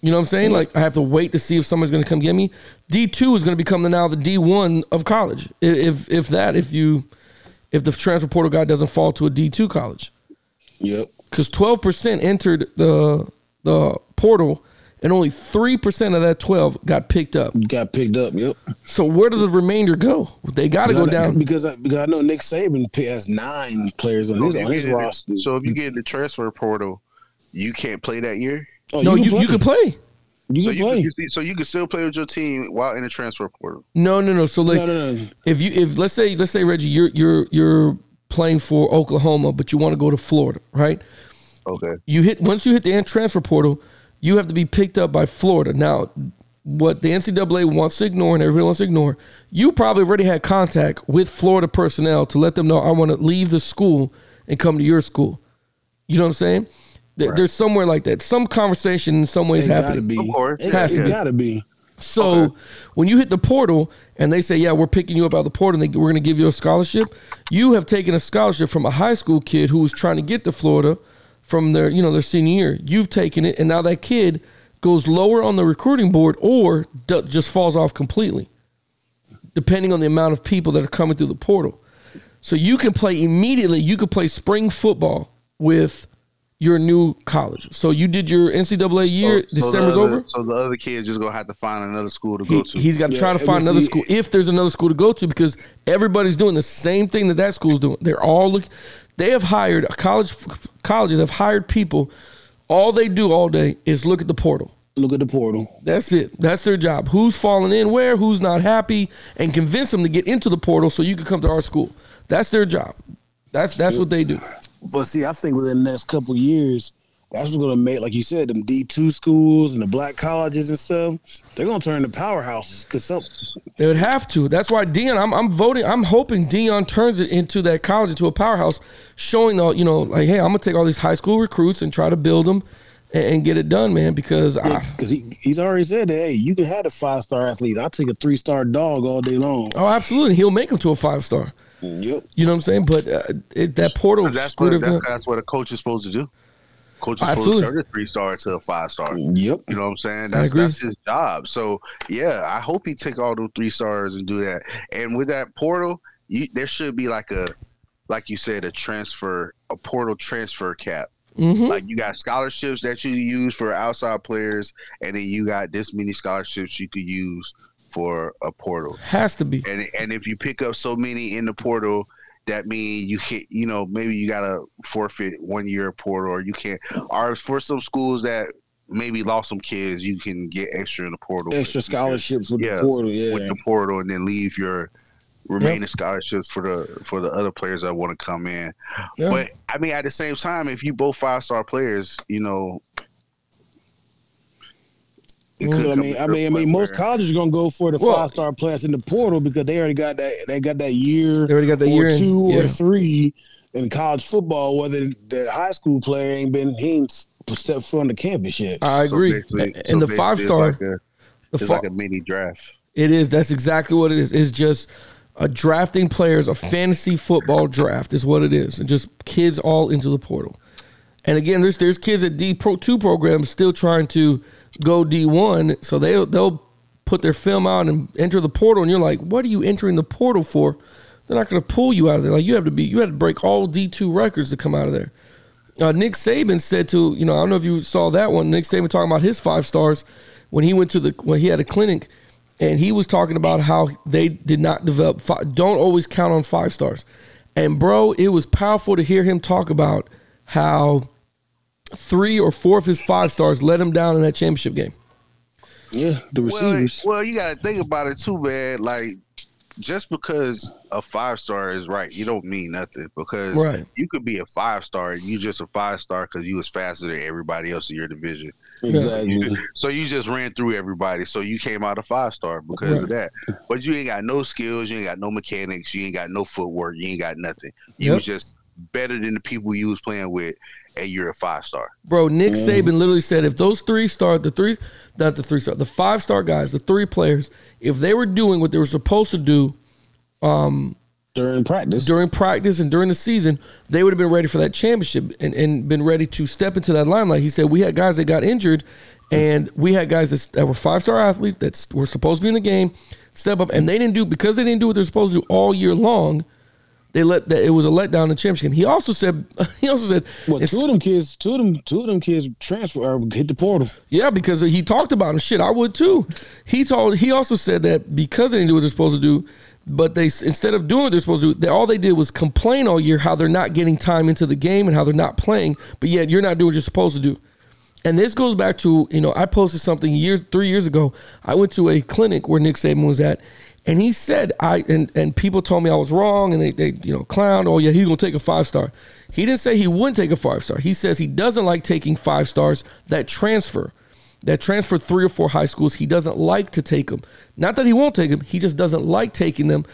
S5: You know what I'm saying? Like I have to wait to see if someone's going to come get me. D two is going to become the now the D one of college. I- If if that if you if the transfer portal guy doesn't fall to a D two college,
S6: yep.
S5: because twelve percent entered the the portal and only three percent of that twelve got picked up.
S6: Got picked up. Yep.
S5: So where does the remainder go? They got to go
S6: Because I-
S5: down.
S6: because I, because I know Nick Saban has nine players on his on his roster.
S7: So if you get in the transfer portal, you can't play that year.
S6: Oh,
S5: No, you you can play.
S6: You
S7: So
S6: can
S7: you,
S6: play.
S7: can, you see- so you can still play with your team while in the transfer portal.
S5: No, no, no. So like,
S6: no, no, no.
S5: if you if let's say let's say Reggie, you're you're you're playing for Oklahoma, but you want to go to Florida, right?
S7: Okay.
S5: You hit once you hit the transfer portal, you have to be picked up by Florida. Now, what the NCAA wants to ignore and everybody wants to ignore, you probably already had contact with Florida personnel to let them know I want to leave the school and come to your school. You know what I'm saying? There- There's somewhere like that. Some conversation in some ways
S6: It gotta
S5: happening.
S6: be.
S7: Of course.
S6: It,
S5: Has
S6: it
S5: to be.
S6: gotta be.
S5: So when you hit the portal and they say, "Yeah, we're picking you up out of the portal, and they, we're going to give you a scholarship," you have taken a scholarship from a high school kid who was trying to get to Florida from their, you know, their senior year. You've taken it, and now that kid goes lower on the recruiting board or d- just falls off completely, depending on the amount of people that are coming through the portal. So you can play immediately. You could play spring football with your new college. So you did your NCAA year.
S7: Oh, So- so the
S5: December's
S7: other-
S5: over.
S7: So the other kid's just gonna have to find another school to
S5: He,
S7: go to.
S5: he's got to
S6: Yeah,
S5: try to
S6: and
S5: find
S6: we
S5: another
S6: see-
S5: school if there's another school to go to because everybody's doing the same thing that that school's doing. They're all look. They have hired college colleges have hired people. All they do all day is look at the portal.
S6: Look at the portal.
S5: That's it. That's their job. Who's falling in where? Who's not happy? And convince them to get into the portal so you can come to our school. That's their job. That's that's what they do.
S6: But see, I think within the next couple years, that's what's gonna make, like you said, them D two schools and the black colleges and stuff. They're gonna turn to powerhouses because some
S5: They would have to. That's why Dion. I'm, I'm voting. I'm hoping Dion turns it into that college into a powerhouse, showing all you know, like, hey, I'm gonna take all these high school recruits and try to build them and, and get it done, man. Because I,
S6: because he, he's already said that hey, you can have a five star athlete. I'll take a three star dog all day long.
S5: oh, absolutely, he'll make them to a five star.
S6: Yep.
S5: You know what I'm saying? But uh, it, that portal
S7: that's
S5: screwed
S7: what,
S5: everything.
S7: that's, that's what a coach is supposed to do. Coach is
S5: Absolutely.
S7: supposed to turn a three star to a five star.
S6: Yep.
S7: You know what I'm saying? That's
S5: agree.
S7: that's his job. So yeah, I hope he take all those three stars and do that. And with that portal, you, there should be like a, like you said, a transfer, a portal transfer cap.
S5: Mhm.
S7: Like you got scholarships that you use for outside players, and then you got this many scholarships you could use for a portal
S5: Has to be.
S7: and and if you pick up so many in the portal that mean you hit you know maybe you gotta forfeit one year of portal or you can't or for some schools that maybe lost some kids you can get extra in the portal
S6: Extra scholarships with
S7: Yeah.
S6: the portal. Yeah.
S7: with the portal and then leave your remaining scholarships for the for the other players that want to come in
S5: Yeah.
S7: but i mean at the same time if you both five star players you know it could
S6: But I
S7: come
S6: mean,
S7: to
S6: I
S7: the
S6: mean, I
S7: point
S6: mean, most
S7: where-
S6: colleges are gonna go for the
S5: Well-
S6: five star class in the portal because they already got that. They got that year.
S5: They already got that
S6: or
S5: year in,
S6: two
S5: yeah.
S6: or three in college football. Whether the high school player ain't been, he ain't stepped foot on the campus yet.
S5: I
S7: so
S5: agree.
S7: basically- so
S5: and the
S7: basically
S5: five
S7: it's
S5: star,
S7: like a-
S5: the
S7: it's
S5: fi-
S7: like a mini draft
S5: It is. That's exactly what it is. It's just a drafting players, a fantasy football draft is what it is. And just kids all into the portal. And again, there's there's kids at D Pro two programs still trying to go D one, so they will they'll put their film out and enter the portal, and you're like, what are you entering the portal for? They're not going to pull you out of there. Like you have to be, you had to break all D two records to come out of there. Uh, Nick Saban said to you know I don't know if you saw that one. Nick Saban talking about his five stars when he went to the when he had a clinic, and he was talking about how they did not develop. Five, don't always count on five stars. And bro, it was powerful to hear him talk about how three or four of his five stars let him down in that championship game.
S6: yeah, the receivers.
S7: Well, well, you got to think about it too, man. Like, just because a five star is right, you don't mean nothing because
S5: Right.
S7: you could be a five star and you just a five star because you was faster than everybody else in your division.
S6: exactly.
S7: So you just ran through everybody. So you came out a five star because of that. But you ain't got no skills. You ain't got no mechanics. You ain't got no footwork. You ain't got nothing. You
S5: Yep.
S7: was just better than the people you was playing with, and you're a five star.
S5: Bro, Nick Saban literally said if those three star, the three, not the three star, the five star guys, the three players, if they were doing what they were supposed to do
S6: During practice.
S5: during practice and during the season, they would have been ready for that championship and, and been ready to step into that limelight. He said, We had guys that got injured, and we had guys that, that were five star athletes that s- were supposed to be in the game, step up, and they didn't do, because they didn't do what they're supposed to do all year long, They let that it was a letdown in the championship. game. He also said he also said
S6: Well,
S5: it's-
S6: two of them kids, two of them, two of them kids transfer or hit the portal.
S5: yeah because he talked about him. Shit, I would too. He told he also said that because they didn't do what they're supposed to do, but they s- instead of doing what they're supposed to do, they, all they did was complain all year how they're not getting time into the game and how they're not playing. But yet you're not doing what you're supposed to do. And this goes back to you know I posted something years three years ago. I went to a clinic where Nick Saban was at, and he said I and and people told me I was wrong, and they they you know clowned. Oh yeah, he's gonna take a five star. He didn't say he wouldn't take a five star. He says he doesn't like taking five stars that transfer, that transfer three or four high schools. He doesn't like to take them. Not that he won't take them. He just doesn't like taking them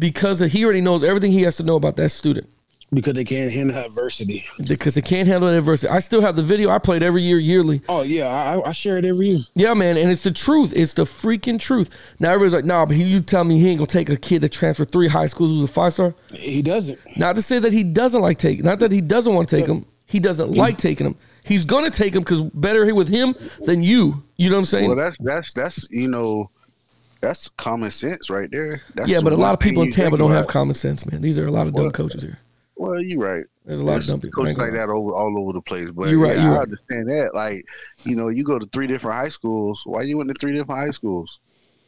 S5: because he already knows everything he has to know about that student
S6: because they can't handle adversity.
S5: because they can't handle adversity. I still have the video I played every year yearly.
S6: Oh yeah, I, I- I share it every year.
S5: Yeah, man, and it's the truth. It's the freaking truth. Now everybody's like, "Nah, but he, you tell me he ain't gonna take a kid that transferred three high schools who's a five star."
S6: He doesn't.
S5: Not to say that he doesn't like taking, not that he doesn't want to take him. He doesn't like taking him. He's gonna take him because better with him than you. You know what I'm saying?
S7: Well, that's that's that's you know, that's common sense right there. That's
S5: yeah, but a
S7: one
S5: lot of
S7: thing
S5: people in
S7: you think
S5: Tampa don't have
S7: about.
S5: common sense, man. These are a lot of dumb coaches here.
S7: Well, you're right.
S5: There's a lot of
S7: There's
S5: dumb people. I
S7: coaches
S5: ain't
S7: like
S5: gonna
S7: that over all over the place. But
S5: You're right,
S7: yeah,
S5: you're
S7: I
S5: right.
S7: understand that. Like, you know, you go to three different high schools. Why you went to three different high schools?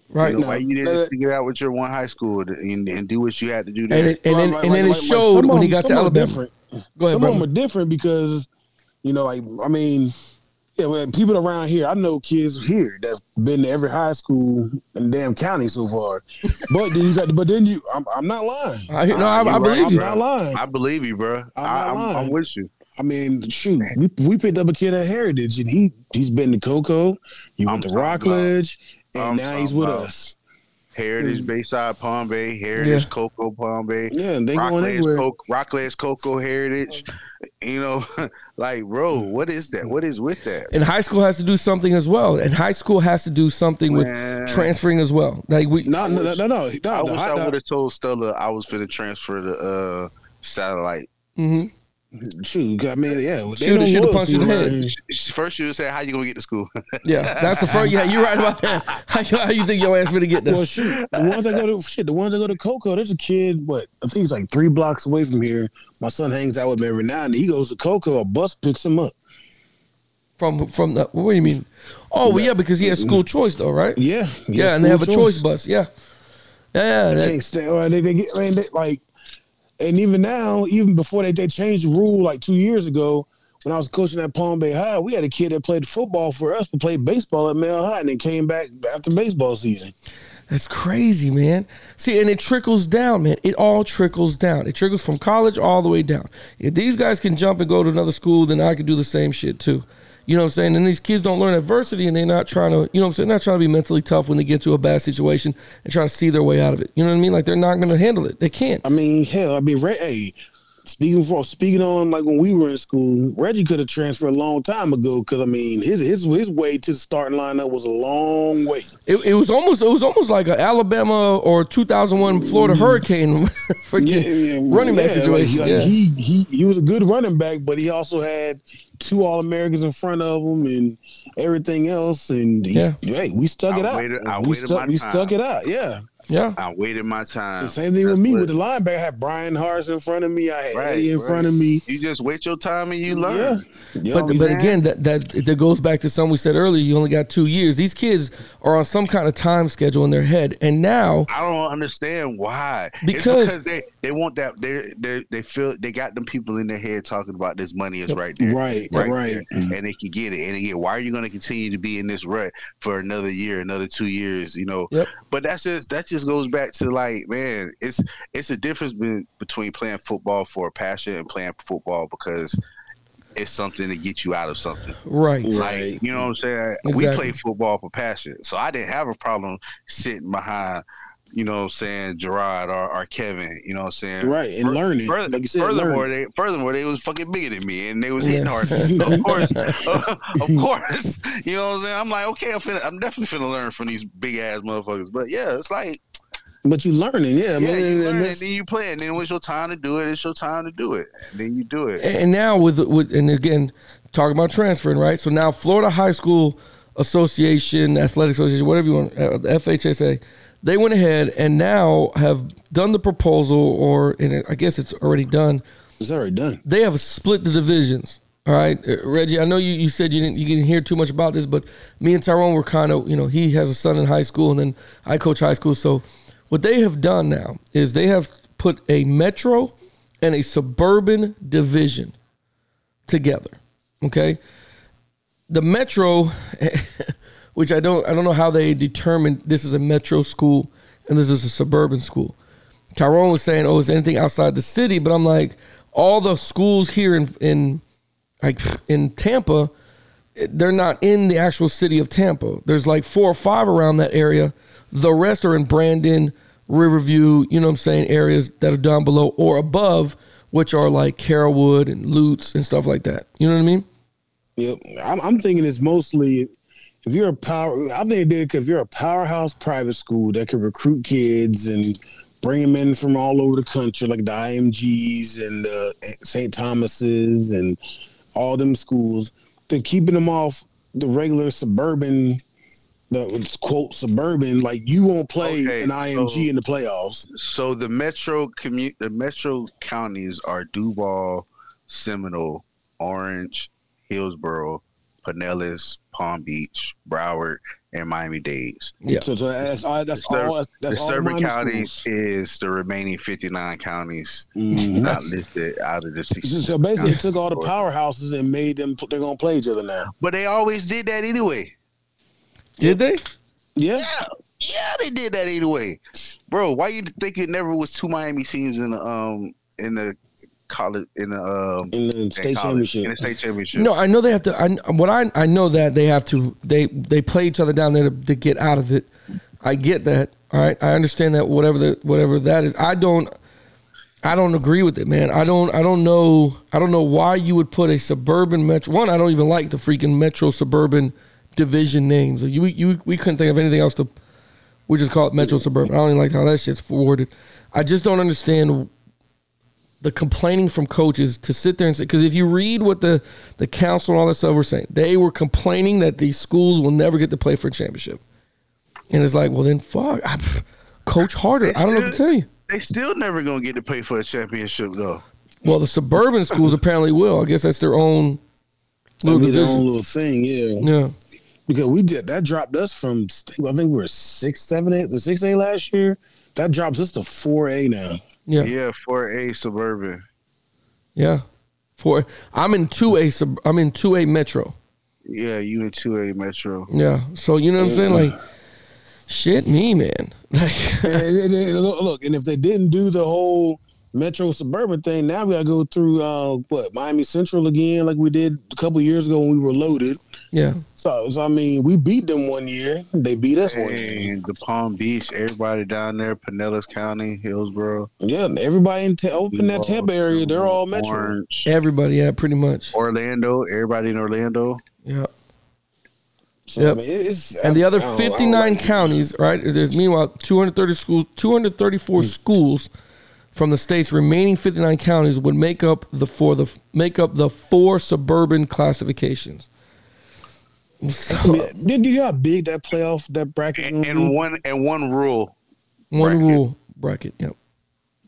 S5: Right.
S7: You know, why you didn't
S6: Uh,
S7: figure out with your one high school and, and do what you had to do there?
S5: And it, and then
S6: Like-
S5: and then it
S6: like- like- like
S5: showed
S6: some
S5: when
S6: of
S5: he
S6: them-
S5: got to
S6: some of them
S5: Alabama.
S6: different.
S5: Go ahead,
S6: some of
S5: brother.
S6: them are different because you know, like I mean, yeah, well, people around here. I know kids here that's been to every high school in damn county so far. But then you got, but then you, I'm, I'm not lying.
S5: I, no, I,
S7: You
S5: I
S7: right,
S5: believe
S7: I'm
S5: you.
S7: right.
S6: not lying.
S7: I believe you, bro. I, I'm,
S6: not
S7: I'm
S6: lying.
S7: with you.
S6: I mean, shoot, we, we picked up a kid at Heritage, and he he's been to Coco, you
S7: I'm
S6: went to
S7: talking about-
S6: Rockledge, and
S7: I'm
S6: now he's
S7: talking
S6: with
S7: about-
S6: us.
S7: Heritage
S6: Mm.
S7: Bayside Palm Bay, Heritage
S5: Yeah.
S7: Cocoa Palm Bay,
S6: Yeah, they going
S7: Rocklands,
S6: everywhere.
S7: Coco, Rocklands Cocoa Heritage. You know, like, bro,
S6: Hmm.
S7: what is that? What is with that?
S5: And high school has to do something as well. And high school has to do something
S7: Man.
S5: with transferring as well. Like we,
S6: No, no, no, no, no.
S7: I
S6: no,
S7: wish
S6: no,
S7: I
S6: I-
S7: would have told Stella I was finna transfer to uh, satellite.
S5: Mhm.
S6: Shoot, I mean, yeah, they
S5: Shoot,
S6: don't
S5: should have
S6: loyal
S5: punched
S6: to
S5: you
S6: you,
S5: in the
S6: man.
S5: head.
S7: First, you would say, "How you gonna get to school?"
S5: Yeah, that's the first. Yeah, you're right about that. How you, how you think your ass finna get
S6: Well,
S5: there?
S6: shoot, the ones that go to shit, the ones that go to Coco, there's a kid, what I think he's like three blocks away from here. My son hangs out with me every now and then. He goes to Coco, a bus picks him up.
S5: From from the what do you mean? Oh well, yeah, because he has school choice though, right?
S6: Yeah, he
S5: Yeah,
S6: has
S5: and they have a
S6: school
S5: choice bus. Yeah, yeah, yeah, that-
S6: Can't stay, or they, they get man, they, like, and even now, even before they, they changed the rule like two years ago, when I was coaching at Palm Bay High, we had a kid that played football for us, but played baseball at Mel High, and then came back after baseball season.
S5: that's crazy, man. See, and it trickles down, man. It all trickles down. It trickles from college all the way down. If these guys can jump and go to another school, then I could do the same shit too. You know what I'm saying? And these kids don't learn adversity, and they're not trying to, you know what I'm saying? They're not trying to be mentally tough when they get to a bad situation and try to see their way out of it. You know what I mean? Like they're not going to handle it. They can't.
S6: I mean, hell, I mean, Re- hey, speaking for speaking on like when we were in school, Reggie could have transferred a long time ago because I mean, his his his way to the starting lineup was a long way.
S5: It, it was almost it was almost like an Alabama or 2001 Florida Hurricane freaking running back
S6: Mm. yeah, like-
S5: situation.
S6: like,
S5: yeah.
S6: He he he was a good running back, but he also had two All Americans in front of him and everything else. And he,
S5: Yeah.
S6: hey, we stuck
S7: I
S6: it out.
S7: waited- I
S6: we
S7: waited my
S6: stuck we
S7: time.
S6: stuck it out. Yeah.
S5: yeah,
S7: I waited my time.
S6: The same thing with
S7: That's
S6: me
S7: what-
S6: with the linebacker. I had Brian Harris in front of me. I had
S7: Right,
S6: Eddie in
S7: right.
S6: front of me.
S7: You just wait your time and you learn.
S6: Yeah. Yeah,
S5: but
S6: we-
S5: but again, that, that that goes back to something we said earlier. You only got two years. These kids are on some kind of time schedule in their head, and now
S7: I don't understand why. It's
S5: Because-
S7: because they they want that they they they feel they got them people in their head talking about this money is right there.
S6: Right,
S7: right,
S6: right.
S7: there, and they can get it. And again, why are you going to continue to be in this rut for another year, another two years? You know,
S5: Yep.
S7: but that's just that just goes back to like, man, it's it's a difference be- between playing football for a passion and playing football because it's something to get you out of something.
S5: right.
S7: Like, you know what I'm saying? We
S5: Exactly.
S7: play football for passion, so I didn't have a problem sitting behind. You know what I'm saying, Gerard or, or Kevin, you know what I'm saying?
S6: Right, and learning.
S7: Further,
S6: like you said,
S7: furthermore,
S6: learning.
S7: they furthermore they was fucking bigger than me, and they was
S5: Yeah.
S7: hitting hard. of course, of course, you know what I'm saying. I'm like, okay, I'm finna, I'm definitely finna learn from these big ass motherfuckers. But yeah, it's like,
S6: but you learning, yeah. I
S7: yeah,
S6: mean, and-
S7: you learn,
S6: and
S7: and
S6: that's-
S7: then you play, and then when it's your time to do it, it's your time to do it, and then you do it.
S5: And and now with with and again talking about transferring, right? So now Florida High School Association, Athletic Association, whatever you want, uh, the FHSA, They went ahead and now have done the proposal, or and it- I guess it's already done.
S6: It's already done.
S5: They have split the divisions. All right, Uh, Reggie. I know you, you said you didn't you didn't hear too much about this, but me and Tyrone were kind of you know he has a son in high school, and then I coach high school. So what they have done now is they have put a metro and a suburban division together. Okay, the metro, which I don't I don't know how they determined this is a metro school and this is a suburban school. Tyrone was saying, "Oh, is anything outside the city?" But I'm like, all the schools here in in like in Tampa, they're not in the actual city of Tampa. There's like four or five around that area. The rest are in Brandon, Riverview, you know what I'm saying, areas that are down below or above, which are like Carrollwood and Lutz and stuff like that. You know what I mean?
S6: Yep. I'm, I'm thinking it's mostly if you're a power. I think they did 'cause if you're a powerhouse private school that can recruit kids and bring them in from all over the country, like the IMGs and the St. Thomas's and all them schools. They're keeping them off the regular suburban. The it's quote suburban, like you won't play
S7: Okay,
S6: an IMG
S7: so-
S6: in the playoffs.
S7: So the metro commu- the metro counties are Duval, Seminole, Orange, Hillsborough, Pinellas, Palm Beach, Broward, and Miami Dades.
S5: Yeah.
S6: So, so that's all. That's
S7: The
S6: all. That's
S7: The
S6: all
S7: Server
S6: minor
S7: counties
S6: schools.
S7: is the remaining fifty nine counties
S6: Mhm.
S7: not listed out of the
S6: So,
S7: sixty.
S6: so basically, they took all the powerhouses and made them. pl- They're gonna play each other now.
S7: But they always did that anyway.
S5: Did they?
S6: Yeah,
S7: Yeah, yeah, they did that anyway, bro. Why you think it never was two Miami teams in the um in the college in the um
S6: in the
S7: in
S6: state
S7: college-
S6: championship.
S7: in the state championship?
S5: No, I know they have to. I what I I know that they have to. They they play each other down there to, to get out of it. I get that. All right, I understand that. Whatever the whatever that is, I don't. I don't agree with it, man. I don't. I don't know. I don't know why you would put a suburban metro. One, I don't even like the freaking metro suburban division names. You you we couldn't think of anything else to. We just call it metro suburban. I don't even like how that shit's forwarded. I just don't understand the complaining from coaches to sit there and say because if you read what the the council and all that stuff were saying, they were complaining that these schools will never get to play for a championship, and it's like, well then fuck, I, coach harder. I don't know what to tell you.
S7: They still never gonna get to play for a championship though.
S5: Well, the suburban schools apparently will. I guess that's their own little
S6: That'd be their
S5: division.
S6: own little thing, yeah.
S5: Yeah,
S6: Because we did that dropped us from I think we were six, seven, eight, the six A last year. That drops us to four A now.
S5: yeah, yeah.
S7: Yeah, four A suburban.
S5: For I'm in two A sub. I'm in two A metro.
S7: Yeah, you in two A metro.
S5: Yeah. So you know what I'm saying? Like, shit, me man. Like,
S6: and, and- and look, look, and if they didn't do the whole metro suburban thing, now we gotta go through uh, what Miami Central again, like we did a couple years ago when we were loaded.
S5: yeah.
S6: So, so I mean, we beat them one year. They beat us one year.
S7: And the Palm Beach, everybody down there, Pinellas County, Hillsborough.
S6: Yeah, everybody in ta- open that
S7: Duval,
S6: Tampa area, they're all metro.
S7: Orange,
S5: Everybody, yeah, pretty much.
S7: Orlando, everybody in Orlando.
S5: Yeah.
S6: So,
S5: Yep.
S6: I mean, it's,
S5: and the other
S6: I don't- I don't
S5: 59
S6: like-
S5: counties, right? There's meanwhile 230 schools, 234
S7: Hmm.
S5: schools from the state's remaining 59 counties would make up the for the make up the four suburban classifications. So,
S6: I mean, did you know how big that playoff that bracket?
S7: And,
S6: gonna be?
S7: and one and one rule,
S5: one
S7: bracket.
S5: rule bracket. Yep.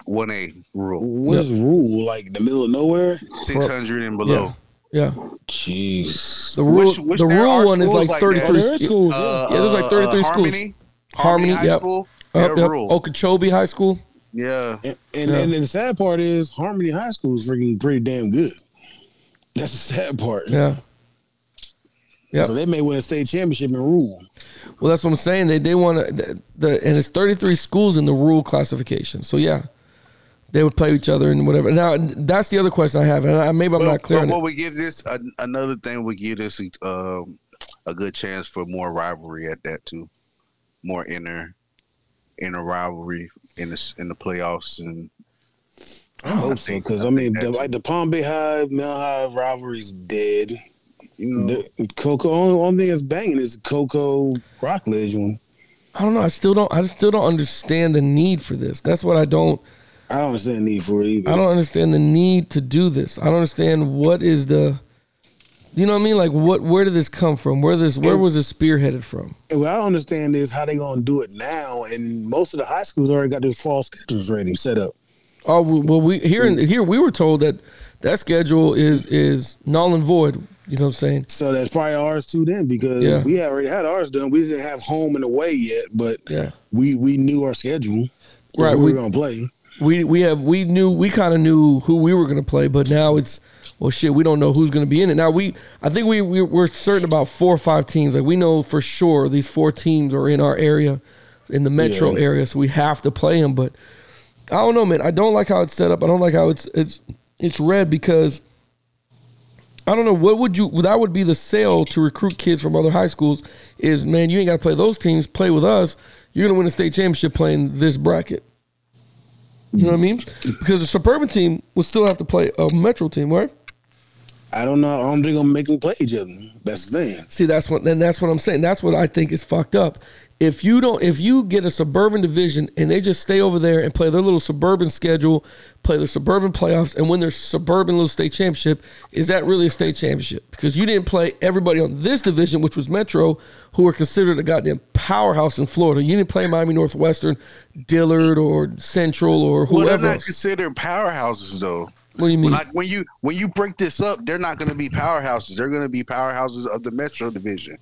S7: one A rule,
S6: What is rule like the middle of nowhere?
S7: six hundred and below.
S5: Yeah.
S6: Jeez. Oh,
S5: The rule
S7: Which- which
S5: the
S7: there are
S5: rule one is uh,
S7: schools
S5: like
S7: like
S5: 33
S7: that.
S6: There is schools. yeah.
S5: Yeah, there's like 33 schools.
S7: Uh, Harmony,
S5: Harmony,
S7: High
S5: yep.
S7: School,
S5: Yep,
S7: their
S5: yep.
S7: rule.
S5: Okeechobee High School.
S7: Yeah,
S6: And, and,
S5: Yeah.
S6: and then the sad part is Harmony High School is freaking pretty damn good. That's the sad part.
S5: Yeah. Yeah.
S6: So they may win a state championship in rule.
S5: Well, that's what I'm saying. They they want to the, the and it's 33 schools in the rule classification. So yeah, they would play each other and whatever. Now that's the other question I have, and I, maybe I'm
S7: Well,
S5: not clear
S7: well,
S5: on
S7: what
S5: it.
S7: would give this an another thing would give this um, a good chance for more rivalry at that too, more inner inner rivalry in the in the playoffs and
S6: I hope so
S7: think-
S6: because I,
S7: I
S6: mean,
S7: think
S6: the,
S7: that-
S6: like the Palm Bay High, Mount High rivalry's dead.
S7: you know
S6: The Coco, only, only thing that's banging is Coco Rockledge one.
S5: I don't know. I still don't. I still don't understand the need for this. That's what I don't.
S6: I don't understand the need for it either.
S5: I don't understand the need to do this. I don't understand what is the You know what I mean? Like, what? Where did this come from? Where this? Where
S6: It-
S5: was this spearheaded from?
S6: And what I don't understand is how they gonna do it now, and most of the high schools already got their fall schedules ready set up.
S5: Oh w- well, we here in, here we were told that that schedule is is null and void. You know what I'm saying?
S6: So that's probably ours too then because
S5: Yeah.
S6: we already had ours done. We didn't have home and away yet, but
S5: Yeah.
S6: we we knew our schedule.
S5: Right,
S6: we
S5: we-
S6: were gonna play.
S5: We we have we knew we kind of knew who we were gonna play, but now it's well shit. We don't know who's gonna be in it. Now we I think we, we we're certain about four or five teams. Like we know for sure these four teams are in our area, in the metro
S6: Yeah.
S5: area, so we have to play them. But I don't know, man. I don't like how it's set up. I don't like how it's it's it's read because I don't know what would you that would be the sale to recruit kids from other high schools is man you ain't got to play those teams play with us you're gonna win a state championship playing this bracket you know what I mean because the suburban team would still have to play a metro team right
S6: I don't know. I don't think I'm gonna make them play each other. That's the thing.
S5: see that's what then that's what I'm saying that's what I think is fucked up if you don't if you get a suburban division and they just stay over there and play their little suburban schedule play their suburban playoffs and win their suburban little state championship is that really a state championship because you didn't play everybody on this division which was metro who are considered a goddamn powerhouse in Florida you didn't play Miami Northwestern Dillard or Central or
S7: Well, they're
S5: whoever
S7: not
S5: else.
S7: considered powerhouses though.
S5: what do you mean
S7: Like when you when you break this up, they're not going to be powerhouses. They're going to be powerhouses of the Metro Division,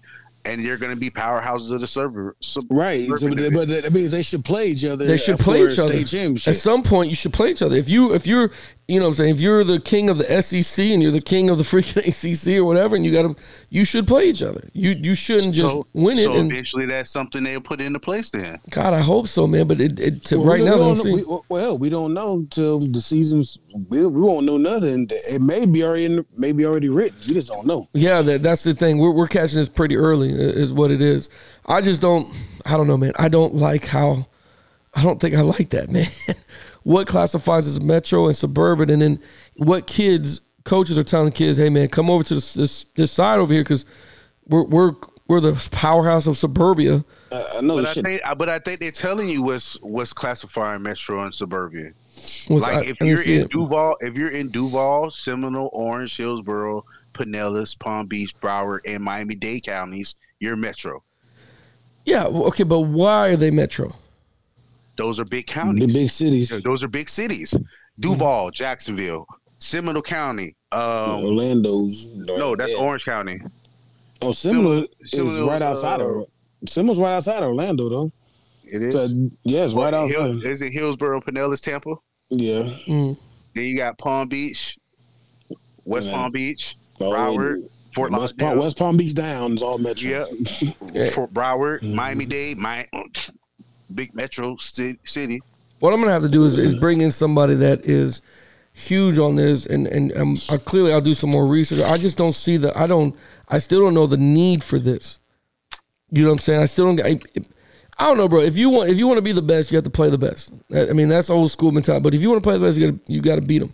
S7: and they're going to be powerhouses of the server. sub-
S6: Right. So,
S7: suburban
S6: but,
S7: division.
S6: but that that means they should play each other.
S5: They should
S6: for
S5: play
S6: a
S5: each other.
S6: State championship.
S5: At some point, you should play each other. If you if you're you know what I'm saying if you're the king of the SEC and you're the king of the freaking ACC or whatever, and you got to you should play each other. You you shouldn't just
S7: So-
S5: win it.
S7: so
S5: and
S7: eventually, that's something they'll put into place. Then
S5: God, I hope so, man. But it, it to
S6: Well,
S5: right
S6: we
S5: now, they
S6: don't-
S5: don't
S6: we,
S5: seem,
S6: we- well, we don't know till the season's. We, we won't know nothing. It may be already in, may be already written. We just don't know.
S5: yeah, that, that's the thing. We're we're catching this pretty early, i- is what it is. I just don't. I don't know, man. I don't like how. I don't think I like that, man. what classifies as metro and suburban, and then what kids coaches are telling kids, hey, man, come over to this this, this side over here because we're we're we're the powerhouse of suburbia.
S6: Uh, I know
S7: But
S6: this
S7: I
S6: shit.
S7: think, I- but I think they're telling you what's what's classifying metro and suburbia.
S5: What's- I-
S7: Like if
S5: I didn't
S7: you're
S5: see
S7: in
S5: it.
S7: Duval, if you're in Duval, Seminole, Orange, Hillsboro, Pinellas, Palm Beach, Broward, and Miami Dade counties, you're metro.
S5: yeah, well, okay, but why are they metro?
S7: Those are big
S6: the
S7: counties.
S6: big Mm-hmm. cities,
S7: Those are big cities. Duval, Jacksonville, Seminole County. Um,
S6: uh, Orlando's. uh,
S7: no, that's
S6: yeah.
S7: Orange County.
S6: Oh, Seminole is
S7: Seminole,
S6: right outside
S7: uh,
S6: of Seminole's right outside of Orlando though.
S7: It is.
S6: So, yeah, it's right
S7: Hill-
S6: outside.
S7: is it Hillsboro, Pinellas, Tampa?
S6: Yeah,
S5: Mm.
S7: Then you got Palm Beach, West
S6: Yeah.
S7: Palm Beach,
S6: Oh,
S7: Broward, Fort
S6: West Palm,
S7: Lauderdale,
S6: West Palm Beach down is all metro.
S7: Yeah.
S5: Yeah.
S7: Fort Broward, Miami Dade, my big metro ci- city.
S5: What I'm gonna have to do is, is bring in somebody that is huge on this, and and um, I, clearly I'll do some more research. I just don't see the I don't I still don't know the need for this. You know what I'm saying? I still don't. get- I, I don't know, bro. If you want if you want to be the best, you have to play the best. I I mean that's old school mentality. But if you want to play the best, you got to you got to beat them.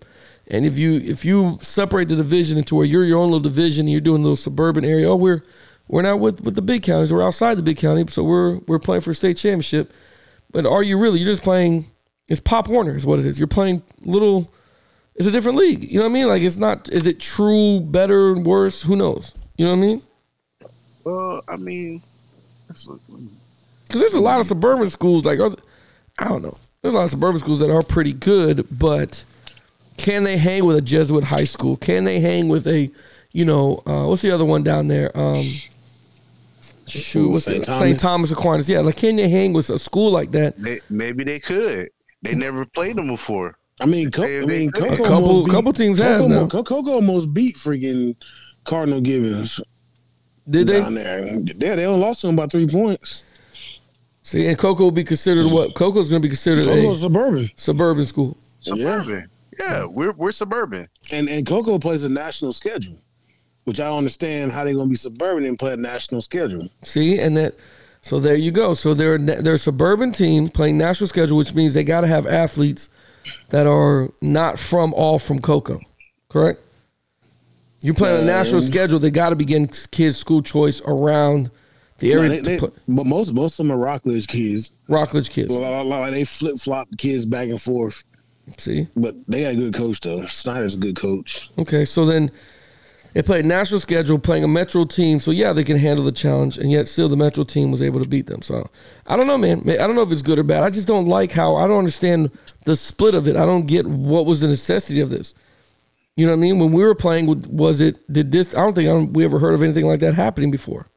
S5: And if you if you separate the division into where you're your own little division, and you're doing a little suburban area. Oh, we're we're not with, with the big counties. We're outside the big county, so we're we're playing for a state championship. But are you really? You're just playing. It's Pop Warner is what it is. You're playing little. It's a different league. You know what I mean? Like it's not. Is it true? Better? Worse? Who knows? You know what I mean?
S7: Well, I mean, that's a-
S5: Because there's a lot of suburban schools. Like other, I don't know. There's a lot of suburban schools that are pretty good, but can they hang with a Jesuit high school? Can they hang with a, you know, uh, what's the other one down there? Um, shoot, what's
S6: St.
S5: St. Thomas.
S6: Thomas.
S5: Thomas Aquinas? Yeah, like can they hang with a school like that?
S7: they, maybe they could. They never played them before.
S6: I mean, Co-
S7: They-
S6: I
S7: they-
S6: mean,
S7: a
S6: Coco
S5: couple-
S6: almost beat,
S5: couple teams
S6: Coco
S5: have
S6: almo-
S5: now.
S6: Co- Coco almost beat freaking Cardinal Gibbons
S5: Did they?
S6: down there. Yeah, they only lost to him by three points.
S5: See, and Coco will be considered what? Coco's going to be considered
S6: Mm. Coco's
S5: a
S6: suburban.
S5: suburban school.
S6: Yeah,
S7: Suburban. Yeah, we're we're suburban.
S6: and and Coco plays a national schedule, which I don't understand how they're gonna be suburban and play a national schedule.
S5: See, and that. So there you go. So they're they're a suburban team playing national schedule, which means they got to have athletes that are not from all from Coco, correct? You're playing a national
S6: Um,
S5: schedule. They got to be getting kids school choice around the
S6: No,
S5: area.
S6: they- they-
S5: to put-
S6: but most most of them are Rockledge kids.
S5: Rockledge kids.
S6: Blah, blah, blah. They flip flop kids back and forth,
S5: See,
S6: but they got a good coach though. Snyder's a good coach.
S5: okay. So then, They played national schedule, playing a Metro team, so yeah, they can handle the challenge, and yet still the Metro team was able to beat them. So I don't know, man. I don't know if it's good or bad. I just don't like how I don't understand the split of it. I don't get what was the necessity of this. You know what I mean? When we were playing, was it did this? I don't think I don't, we ever heard of anything like that happening before.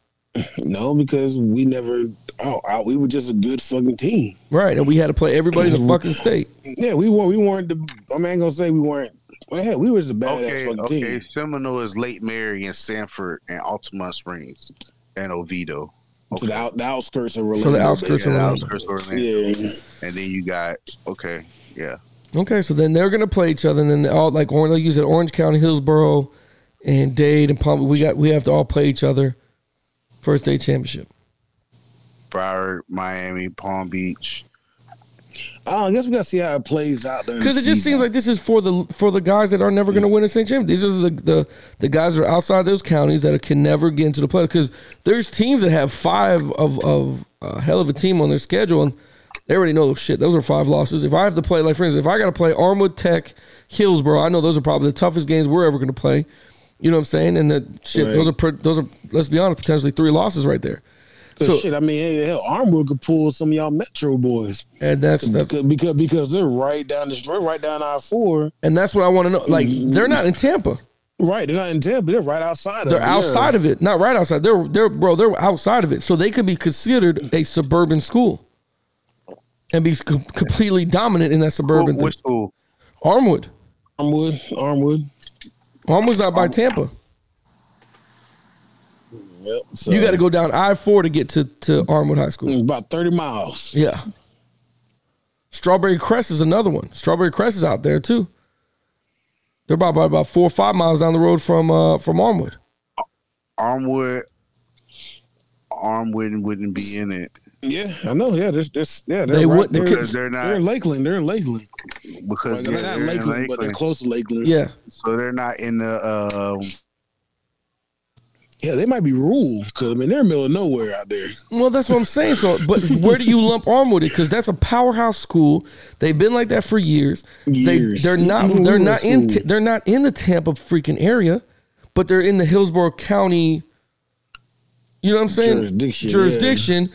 S6: No, because we never. Oh, I, we were just a good fucking team.
S5: Right, and we had to play everybody in the fucking state.
S6: Yeah, we weren't. We weren't. The, I'm not gonna say we weren't. Well, yeah, we was a badass
S7: Okay,
S6: fucking
S7: okay.
S6: team.
S7: Seminole is Lake Mary and Sanford and Altamont Springs and Oviedo.
S6: To the, out, the outskirts of
S5: So
S6: Orlando.
S5: the outskirts of
S7: Yeah,
S5: Orlando.
S7: Altamont, Orlando.
S6: basically. Yeah.
S7: And then you got okay, yeah.
S5: Okay, so then they're gonna play each other, and then all like Orange, like you said, Orange County, Hillsborough, and Dade and Palm. We got we have to all play each other. First day championship.
S7: Broward, Miami, Palm Beach.
S6: Oh, I guess we gotta see how it plays out.
S5: Because it just seems like this is for the for the guys that are never going to win a state championship. These are the, the the guys that are outside those counties that can never get into the playoffs. Because there's teams that have five of of a hell of a team on their schedule, and they already know shit. Those are five losses. If I have to play, like for instance, if I got to play Armwood Tech, Hillsboro, I know those are probably the toughest games we're ever going to play. You know what I'm saying? And that shit,
S6: Right.
S5: those are pr- those are let's be honest, potentially three losses right there.
S6: Cause
S5: so-
S6: shit. I mean, hey, hell, Armwood could pull some of y'all Metro boys
S5: And that's that's
S6: because because, because they're right down the street, right down I four.
S5: and that's what I want to know. Like they're not in Tampa.
S6: Right, they're not in Tampa. They're right outside.
S5: They're outside of it, not right outside. They're they're bro. They're outside of it, so they could be considered a suburban school and be com- completely dominant in that
S7: Who-
S5: suburban thing.
S7: Which school?
S5: Armwood,
S6: Armwood. Armwood.
S5: Armwood's not by Tampa.
S6: Yep. So
S5: You got to go down I four to get to to Armwood High School.
S6: about thirty miles.
S5: Yeah. Strawberry Crest is another one. Strawberry Crest is out there too. They're about about, about four or five miles down the road from uh from Armwood.
S7: Armwood. Armwood wouldn't be in it
S6: Yeah, I know. Yeah, there's, there's yeah. They're
S5: They
S6: right,
S5: wouldn't-
S6: They're,
S7: because they're not
S6: they're in Lakeland. They're in Lakeland. Well,
S7: because
S6: they're
S7: they're,
S6: not
S7: they're in
S6: Lakeland, but they're
S7: Lakeland.
S6: close to Lakeland.
S5: Yeah.
S7: so they're not in the um,
S6: yeah, they might be rural because I mean they're in the middle of nowhere out there.
S5: Well, that's what I'm saying. So, but where do you lump arm with it? Because that's a powerhouse school. They've been like that for years.
S6: Years.
S5: They they're not
S6: Even
S5: they're
S6: we were
S5: not in
S6: school.
S5: they're not in the Tampa freaking area, but they're in the Hillsborough County. You know what I'm saying?
S6: Jurisdiction, yeah.
S5: Jurisdiction,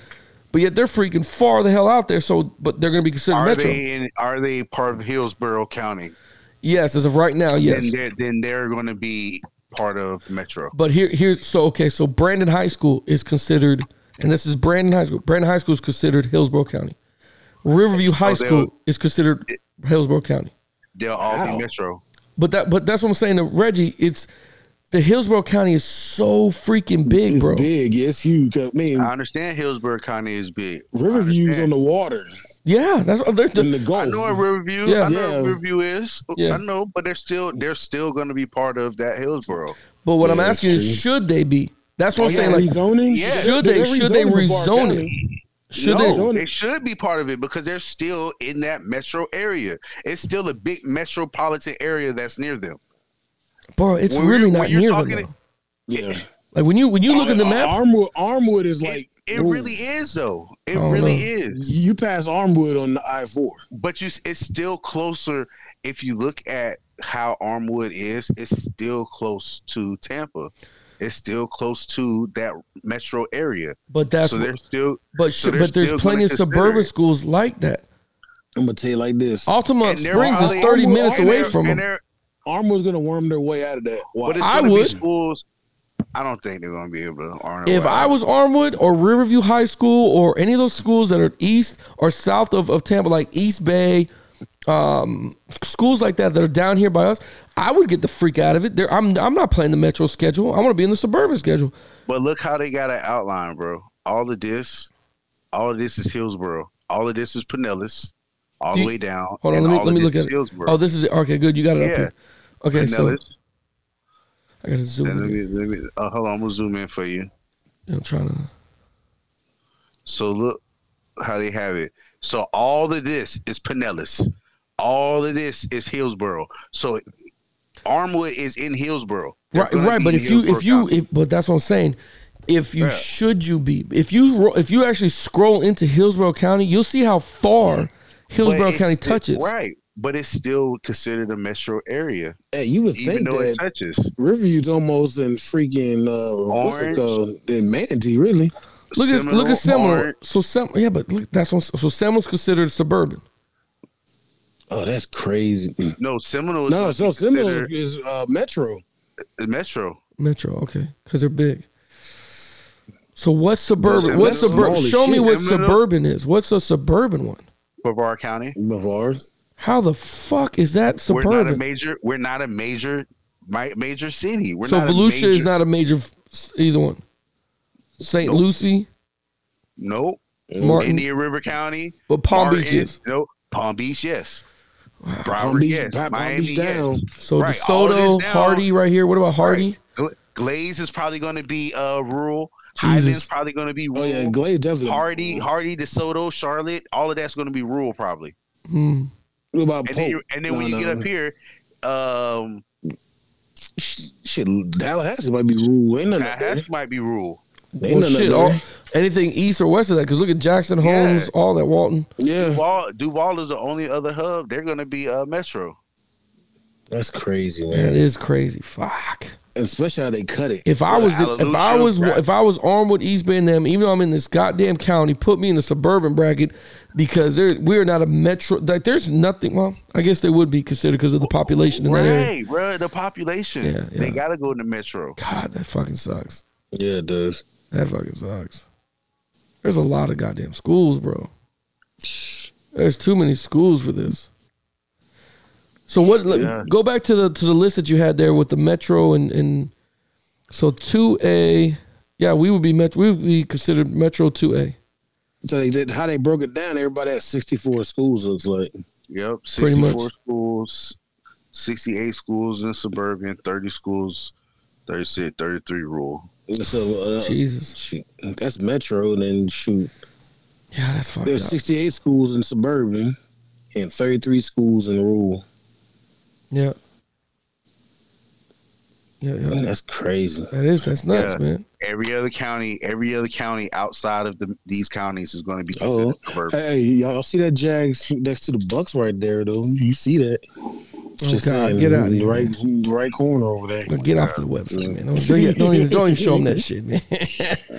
S5: but yet they're freaking far the hell out there. So, but they're going to be considered
S7: are
S5: metro.
S7: they in are they part of Hillsborough County?
S5: Yes, as of right now, yes.
S7: Then they're then they're going to be part of Metro.
S5: But here, here's so okay. So Brandon High School is considered, and this is Brandon High School. Brandon High School is considered Hillsborough County. Riverview High
S7: Oh, they
S5: School
S7: were-
S5: is considered Hillsborough County.
S7: They'll all
S6: Wow.
S7: be Metro.
S5: But that, but that's what I'm saying to Reggie. It's the Hillsborough County is so freaking big,
S6: It's
S5: bro.
S6: big. Yeah, it's huge. 'cause, I mean,
S7: I understand Hillsborough County is big.
S6: Riverview's on the water
S5: Yeah, that's they're,
S6: in the
S7: I
S6: Gulf.
S7: know what Riverview.
S5: Yeah.
S7: I know
S6: Yeah.
S7: what Riverview is.
S5: Yeah.
S7: I know, but they're still they're still going to be part of that Hillsborough.
S5: But what I'm
S6: Yeah,
S5: asking
S6: true.
S5: is, should they be? That's what
S6: Oh,
S5: I'm
S6: yeah,
S5: saying. Like,
S6: rezoning.
S7: Yeah.
S5: should
S6: They're
S5: they? Should they
S6: rezoning Brevard
S5: rezone
S6: County.
S5: it? Should
S7: no,
S5: they?
S7: Oh, they should be part of it because they're still in that metro area. It's still a big metropolitan area that's near them.
S5: Bro, it's
S7: When
S5: really
S7: you're-
S5: not
S7: when you're
S5: near them.
S7: talking
S5: Though.
S7: to-
S6: Yeah.
S5: Like when you when you look at the map,
S6: Armwood, Armwood is
S7: Uh, It-
S6: like
S7: it,
S6: rural.
S7: really is though. It
S5: don't
S7: really
S5: know.
S7: is.
S6: You pass Armwood on the I four.
S7: But you, it's still closer. If you look at how Armwood is, it's still close to Tampa. It's still close to that metro area.
S5: but that's
S7: so they're still
S5: but
S7: so
S5: sh-
S7: they're
S5: but there's
S7: still gonna
S5: plenty of
S7: consider
S5: suburban
S7: it.
S5: schools like that.
S6: I'm gonna tell you like this.
S5: Altamont
S7: And they're
S5: Springs is
S7: probably-
S5: 30
S6: Armwood-
S5: minutes
S6: and
S5: away
S7: they're-
S5: from
S7: and
S5: them.
S7: they're-
S6: Armwood's gonna worm their way out of that.
S7: But
S6: Water.
S7: it's
S5: I
S7: gonna be
S5: would.
S7: schools- I don't think they're going to be able to. Arm
S5: If I was Armwood or Riverview High School or any of those schools that are east or south of, of Tampa, like East Bay, um, schools like that that are down here by us, I would get the freak out of it. There, I'm I'm not playing the metro schedule. I want to be in the suburban schedule.
S7: But look how they got an outline, bro. All of this, all of this is Hillsboro. All of this is Pinellas, all
S5: Do you-
S7: the way down.
S5: Hold on,
S7: and
S5: let me
S7: all
S5: let
S7: of
S5: me
S7: this
S5: look
S7: is
S5: at it.
S7: Hillsboro.
S5: Oh, this is it. Okay, good. You got it up
S7: Yeah.
S5: here. Okay, so
S7: Pinellas.
S5: I gotta zoom.
S7: and let
S5: In.
S7: me, let me, uh, hold on, I'm gonna zoom in for you.
S5: I'm trying to.
S7: So look how they have it. So all of this is Pinellas. All of this is Hillsboro. So Armwood is in Hillsboro. They're
S5: right
S7: gonna
S5: right
S7: be
S5: but
S7: in
S5: if you if
S7: Hillsborough
S5: you
S7: County.
S5: if, but that's what i'm saying if you
S7: Yeah.
S5: should you be if you ro- if you actually scroll into hillsborough county you'll see how far
S7: But
S5: hillsborough
S7: it's
S5: county
S7: still-
S5: touches
S7: Right. but it's still considered a metro area,
S6: Hey, you would
S7: even
S6: think
S7: though it
S6: that
S7: touches.
S6: Riverview's almost in freaking uh, what's it
S7: Orange.
S6: called? In Manatee, really?
S5: Look at look at Seminole.
S7: Orange.
S5: So Sem- yeah, but look, that's what, so Seminole's considered suburban.
S6: Oh, that's crazy.
S7: No, Seminole. Is
S6: No,
S7: not
S6: so Seminole
S7: considered
S6: is uh, Metro.
S7: a metro.
S5: Metro, okay, because they're big. So what's suburban?
S7: But
S5: What's
S7: that's
S5: suburban?
S6: small as
S5: Show me
S6: shit.
S5: what
S7: Seminole-
S5: suburban is. What's a suburban one?
S7: Brevard County.
S6: Brevard.
S5: How the fuck is that
S7: We're not a
S5: suburban?
S7: major. We're not a major. My major city. We're
S5: So
S7: not a
S5: Volusia is
S7: major-
S5: not a major f- either one. St.
S7: Nope.
S5: Lucie,
S7: Nope.
S5: Martin,
S7: Indian River County.
S5: but Palm
S7: Martin,
S5: Beach is.
S7: Nope. Palm Beach. Yes. Broward.
S6: Palm Beach,
S7: yes.
S6: Palm
S7: Miami,
S6: Beach down.
S5: So
S7: Right, all this
S5: DeSoto,
S7: down-
S5: Hardy, right here. What about Hardy?
S7: Yes. Glaze is probably going to be uh rural.
S5: Jesus.
S7: Highlands probably going to be rural.
S6: Oh yeah, Glaze definitely.
S7: Hardy, Hardy, DeSoto, Charlotte, all of that's going to be rural probably.
S5: Hmm.
S6: What about
S7: And
S6: Pope?
S7: then, you, and then when
S6: Oh, No,
S7: you
S6: no.
S7: get up here, um,
S6: Sh- shit, Tallahassee might be rude. Ain't nothing up there.
S7: Tallahassee might be rural.
S6: Ain't
S5: Well,
S6: nothing up
S5: shit,
S6: there.
S5: all, anything east or west of that? Because look at Jackson, Holmes, all that Walton.
S6: yeah,
S7: Duval, Duval is the only other hub. They're going to be uh, metro.
S6: that's crazy,
S5: Man, it
S6: man.
S5: is crazy. Fuck.
S6: Especially how they cut it.
S5: If I
S7: Well,
S5: was if I
S7: Hallelujah,
S5: was
S7: right.
S5: if I was Armwood East Bay and them, even though I'm in this goddamn county, put me in the suburban bracket because there we're not a metro. Like there's nothing. Well, I guess they would be considered because of the population in that area.
S7: Right, bro. The population.
S5: Yeah, yeah.
S7: They got to go in the metro.
S5: God, that fucking sucks.
S6: Yeah, it does.
S5: That fucking sucks. There's a lot of goddamn schools, bro. There's too many schools for this. So what? look,
S7: Yeah.
S5: Go back to the to the list that you had there with the metro and and so two A. Yeah, we would be met. We would be considered metro two A.
S6: So they did how they broke it down. Everybody at sixty four schools looks like.
S7: Yep,
S5: Pretty much.
S7: 64 schools, 68 schools in suburban, 30 schools, 36, 33 rural.
S6: So uh,
S5: Jesus.
S6: shoot, that's metro. And then shoot,
S5: Yeah, that's fucked up.
S6: there's sixty eight schools in suburban, and thirty three schools in rural.
S5: yeah. Yeah, yeah.
S6: That's crazy.
S5: That is that's nuts,
S7: Yeah.
S5: man.
S7: Every other county, every other county outside of the, these counties is going to be
S6: Oh.
S7: considered suburban.
S6: Hey, y'all see that Jags next to the Bucks right there though? You see that?
S5: Oh God, get out of here.
S6: right,
S5: man.
S6: right corner over there.
S5: Look, Get off the website, man. Don't, don't even- don't even, don't even show them that shit, man.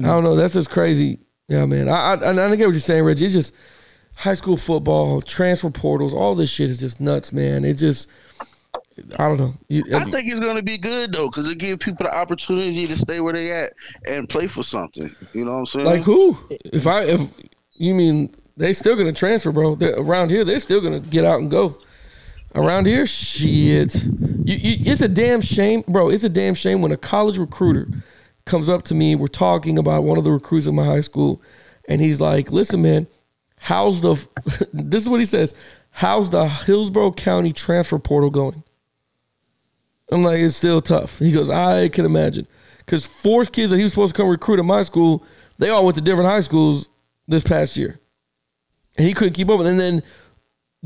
S5: I don't know. That's just crazy. Yeah, man. I, I and I get what you're saying, Reggie. It's just high school football, transfer portals, all this shit is just nuts, man. It just, I don't know. You, um,
S7: I think it's going to be good though, because it gives people the opportunity to stay where they at and play for something. You know what I'm saying?
S5: like who? If I if you mean they still gonna transfer, bro? They're, around here, they're still gonna get out and go. Around here, shit. You, you, it's a damn shame, bro. It's a damn shame when a college recruiter comes up to me. We're talking about one of the recruits at my high school, and he's like, "Listen, man, how's the? this is what he says. How's the Hillsborough County transfer portal going?" I'm like, it's still tough. He goes, I can imagine. Because four kids that he was supposed to come recruit at my school, they all went to different high schools this past year. And he couldn't keep up. And then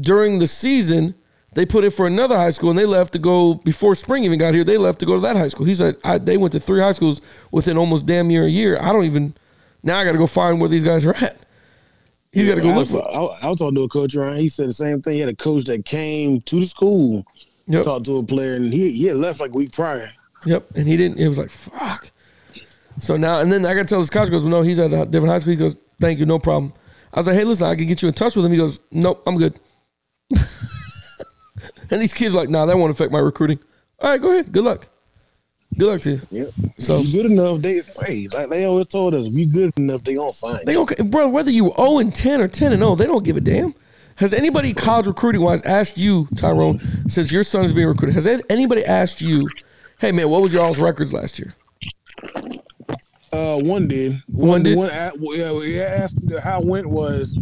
S5: during the season, they put in for another high school and they left to go, before spring even got here, they left to go to that high school. He said, I, they went to three high schools within almost damn near a year. I don't even, now I got to go find where these guys are at. He's got to go
S6: I
S5: look
S6: was,
S5: for
S6: I, I was talking to a coach Ryan. He said the same thing. He had a coach that came to the school,
S5: Yep.
S6: talked to a player, and he he had left like a week prior.
S5: Yep, and he didn't. It was like fuck. So now and then I got to tell this coach goes, well, no, he's at a different high school. He goes, thank you, no problem. I was like, hey, listen, I can get you in touch with him. He goes, nope, I'm good. and these kids are like, nah, that won't affect my recruiting. All right, go ahead. Good luck. Good luck to you.
S6: Yep.
S5: So-
S6: So if you good enough, they hey, like they always told us, if you good enough, they gonna find.
S5: They
S6: you.
S5: okay, bro. Whether you zero and ten or ten and zero, they don't give a damn. Has anybody college recruiting wise asked you, Tyrone, since your son is being recruited? Has anybody asked you, hey man, what was y'all's records last year?
S6: Uh, one did.
S5: One did?
S6: One a- well, yeah, well, he asked how it went was.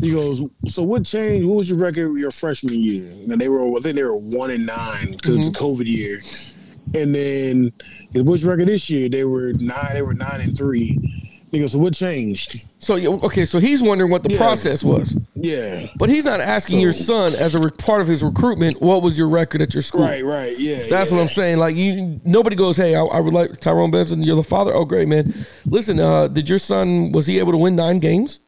S6: He goes, so what changed? What was your record your freshman year? And they were, I think they were one and nine because
S5: Mm-hmm.
S6: the COVID year. And then what's your record this year? They were nine. They were nine and three. He goes, so what changed?
S5: So yeah, okay, so he's wondering what the
S6: Yeah.
S5: process was.
S6: Yeah.
S5: But he's not asking your son as a re- part of his recruitment. What was your record at your school?
S6: Right, right, yeah.
S5: That's
S6: yeah.
S5: what I'm saying. Like you, nobody goes, "Hey, I, I would like Tyrone Benson. You're the father. Oh, great, man. Listen, uh, did your son was he able to win nine games?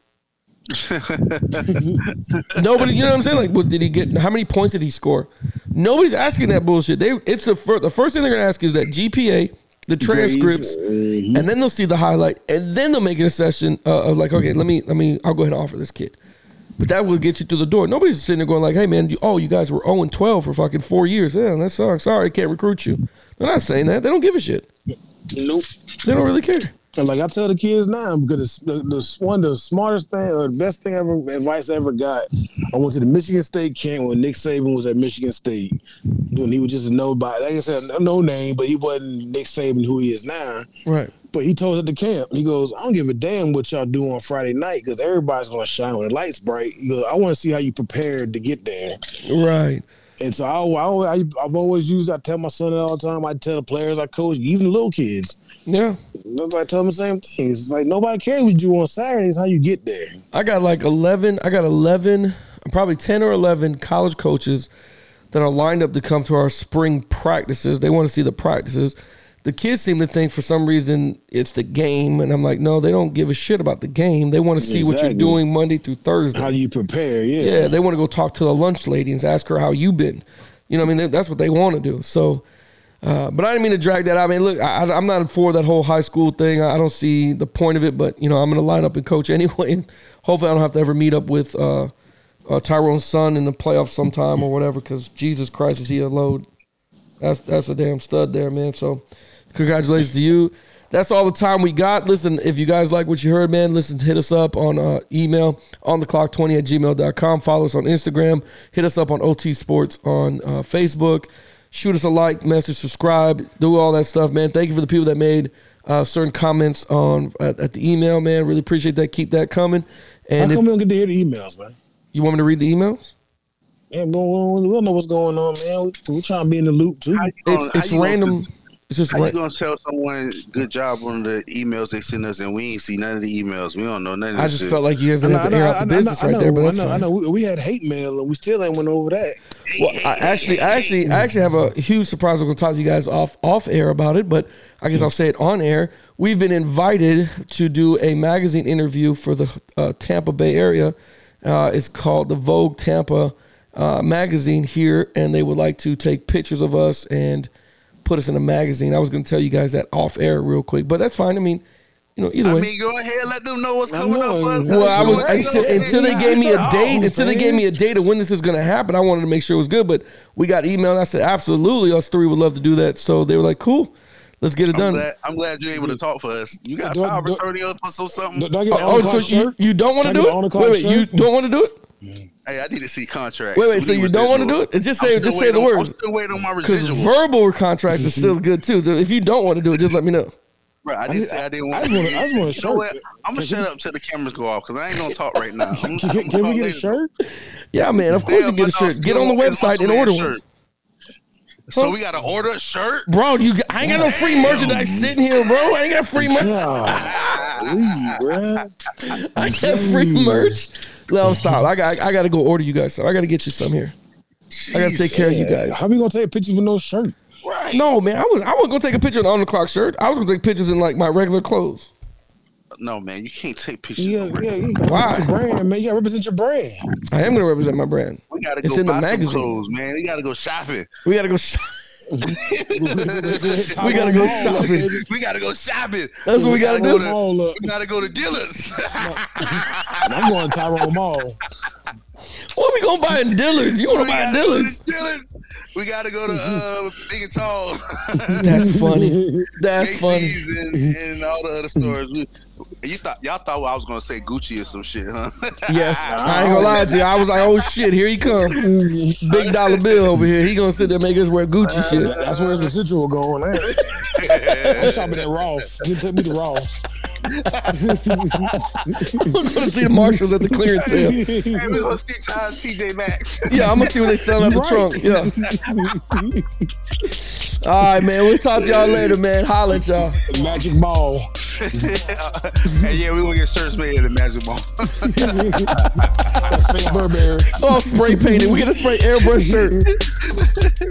S5: Nobody, you know what I'm saying? Like, what did he get? How many points did he score? Nobody's asking that bullshit. They, it's the first, the first thing they're gonna ask is that GPA, the transcripts,
S6: Mhm.
S5: and then they'll see the highlight, and then they'll make an assessment uh, of like, okay, let me, let me, I'll go ahead and offer this kid. But that will get you through the door. Nobody's sitting there going like, hey man, you, oh, you guys were 0 and 12 for fucking four years. Yeah, that sucks. Sorry, I can't recruit you. They're not saying that. They don't give a shit.
S6: Nope.
S5: They don't really care.
S6: And like I tell the kids now, because it's the, the one of the smartest thing or the best thing ever advice I ever got. I went to the Michigan State camp when Nick Saban was at Michigan State, and he was just a nobody. Like I said, no name, but he wasn't Nick Saban who he is now.
S5: Right.
S6: But he told us at the camp, he goes, I don't give a damn what y'all do on Friday night because everybody's gonna shine when the lights bright. He goes, I want to see how you prepared to get there.
S5: Right.
S6: And so I, I, I, I've always used. I tell my son that all the time. I tell the players I coach, even little kids.
S5: Yeah.
S6: I tell them the same thing. It's like nobody cares what you do on Saturdays. How you get there?
S5: I got like 11, I got 11, probably 10 or 11 college coaches that are lined up to come to our spring practices. They want to see the practices. The kids seem to think for some reason it's the game. And I'm like, no, they don't give a shit about the game. They want to see what
S6: Exactly.
S5: you're doing Monday through Thursday.
S6: How you prepare? Yeah.
S5: Yeah, they want to go talk to the lunch lady and ask her how you been. You know, what I mean, That- that's what they want to do. So, uh, but I didn't mean to drag that. out. I mean, look, I, I- I'm not for that whole high school thing. I, I don't see the point of it. But you know, I'm going to line up and coach anyway. Hopefully, I don't have to ever meet up with uh, uh, Tyrone's son in the playoffs sometime or whatever. Because Jesus Christ, is he a load? That's that's a damn stud there, man. So, congratulations to you. That's all the time we got. Listen, if you guys like what you heard, man, listen, hit us up on uh, email on the clock 20 at gmail.com. Follow us on Instagram. Hit us up on OT Sports on uh, Facebook. Shoot us a like, message, subscribe, do all that stuff, man. Thank you for the people that made uh, certain comments on at, at the email, man. Really appreciate that. Keep that coming.
S6: How
S5: And
S6: come
S5: if
S6: we don't get to hear the emails, man?
S5: you want me to read the emails,
S6: Yeah, but we don't, we don't know what's going on, man. We, we trying to be in the loop too.
S7: How you gonna-
S5: it's,
S7: Oh, how
S5: it's
S7: you gonna-
S5: random. It's just
S7: How you
S5: random.
S7: gonna tell someone good job on the emails they send us and we ain't see none of the emails? We don't know none of
S5: I
S7: this
S5: just
S7: shit.
S5: felt like you guys didn't have to air out the business
S6: I know,
S5: right there, but
S6: I
S5: that's
S6: know, I
S5: fine.
S6: know. We, we had hate mail and we still ain't went over that.
S5: Well, I actually, I actually, I actually have a huge surprise. I'm going to talk to you guys off off air about it, but I guess I'll say it on air. We've been invited to do a magazine interview for the uh, Tampa Bay area. Uh, it's called the Vogue Tampa uh, magazine here, and they would like to take pictures of us and put us in a magazine. I was going to tell you guys that off air real quick, but that's fine. I mean, you know, either
S7: I
S5: way.
S7: mean, go ahead, let them know what's
S6: I
S7: coming
S6: know.
S7: up. bud.
S5: Well, I was
S7: Go ahead,
S5: until,
S7: go ahead.
S5: until they gave me a
S6: It's
S5: date.
S6: on,
S5: Until they
S6: man.
S5: gave me a date of when this is going to happen. I wanted to make sure it was good, but we got emailed. I said, absolutely, us three would love to do that. So they were like, cool, let's get it
S7: I'm
S5: done.
S7: glad, I'm glad you're able to talk for us. You got
S6: Don't-
S7: power of
S6: don't-
S7: attorney up for some something.
S6: Do, do I get an
S5: Oh,
S6: on-call
S5: oh, so you,
S6: shirt?
S5: you don't want to
S6: Can I
S5: do
S6: get
S5: it?
S6: an
S5: Wait,
S6: on-call
S5: wait, you
S6: shirt?
S5: don't want to do it?
S7: hey, I need to see contracts.
S5: Wait, wait,
S7: What
S5: so
S7: do
S5: you
S7: want
S5: don't
S7: to
S5: want to do it? Just say,
S7: I'm
S5: just
S7: still
S5: say the
S7: waiting on-
S5: words.
S7: I'm still waiting on my
S5: Because
S7: residual.
S5: verbal contracts is still good too. The- If you don't want to do it, just let me know.
S7: Bro, I didn't say I didn't want.
S6: I just wanna- I just want a shirt.
S7: I'm gonna shut up till the cameras go off because I ain't gonna talk right now. I'm,
S6: Can, can we get a shirt?
S5: Yeah, man. Of course you get a shirt. Get on the website and order one.
S7: So we gotta order a shirt.
S5: Bro, you, I ain't got no free merchandise sitting here, bro. I ain't got free merch.
S6: God, please, bruh.
S5: I got free merch. No, stop. I got I gotta go order you guys some. I gotta get you some here. I gotta take care of you guys.
S6: How we gonna take pictures with no shirt?
S7: Right.
S5: No, man, I was I wasn't gonna take a picture in an on the clock shirt. I was gonna take pictures in like my regular clothes.
S7: No, man, you can't take pictures.
S6: Yeah, yeah. You gotta
S5: Why?
S6: represent your brand, man. You gotta represent your brand.
S5: I am gonna represent my brand.
S7: We gotta
S5: It's
S7: go
S5: in the
S7: buy
S5: magazine.
S7: some clothes, man. We gotta go shopping.
S5: We gotta go shop. We gotta go shopping.
S7: We gotta go shopping.
S5: That's what we gotta do.
S6: Mall up.
S7: We gotta go to dealers.
S6: I'm going to Tyrone Mall.
S5: What we gonna buy in Dillard's? You wanna
S7: we
S5: buy in
S7: gotta go to
S5: Dillard's?
S7: Dillard's. We gotta go to uh, Big and Tall.
S5: That's funny. That's
S7: Macy's
S5: funny.
S7: And, and all the other stores. We, you thought y'all thought I was gonna say Gucci or some shit, huh?
S5: Yes, I ain't gonna lie to you. I was like, oh shit, here he come. Big dollar bill over here. He gonna sit there and make us wear Gucci shit.
S6: That's where his residual going. at. I'm shopping at Ross. You take me to Ross.
S5: I'm gonna see the marshals at the clearance sale.
S7: hey, we gonna see Ty and TJ Maxx.
S5: Yeah, I'm gonna see what they selling out the
S6: Right.
S5: trunk. Yeah. All right, man. We'll talk to y'all later, man. Holla at y'all.
S6: Magic Ball.
S7: and yeah, we gonna get shirts made in the Magic Mall.
S6: That fake Burberry.
S5: Oh, spray painted. We get a spray airbrush shirt.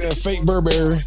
S6: That fake Burberry.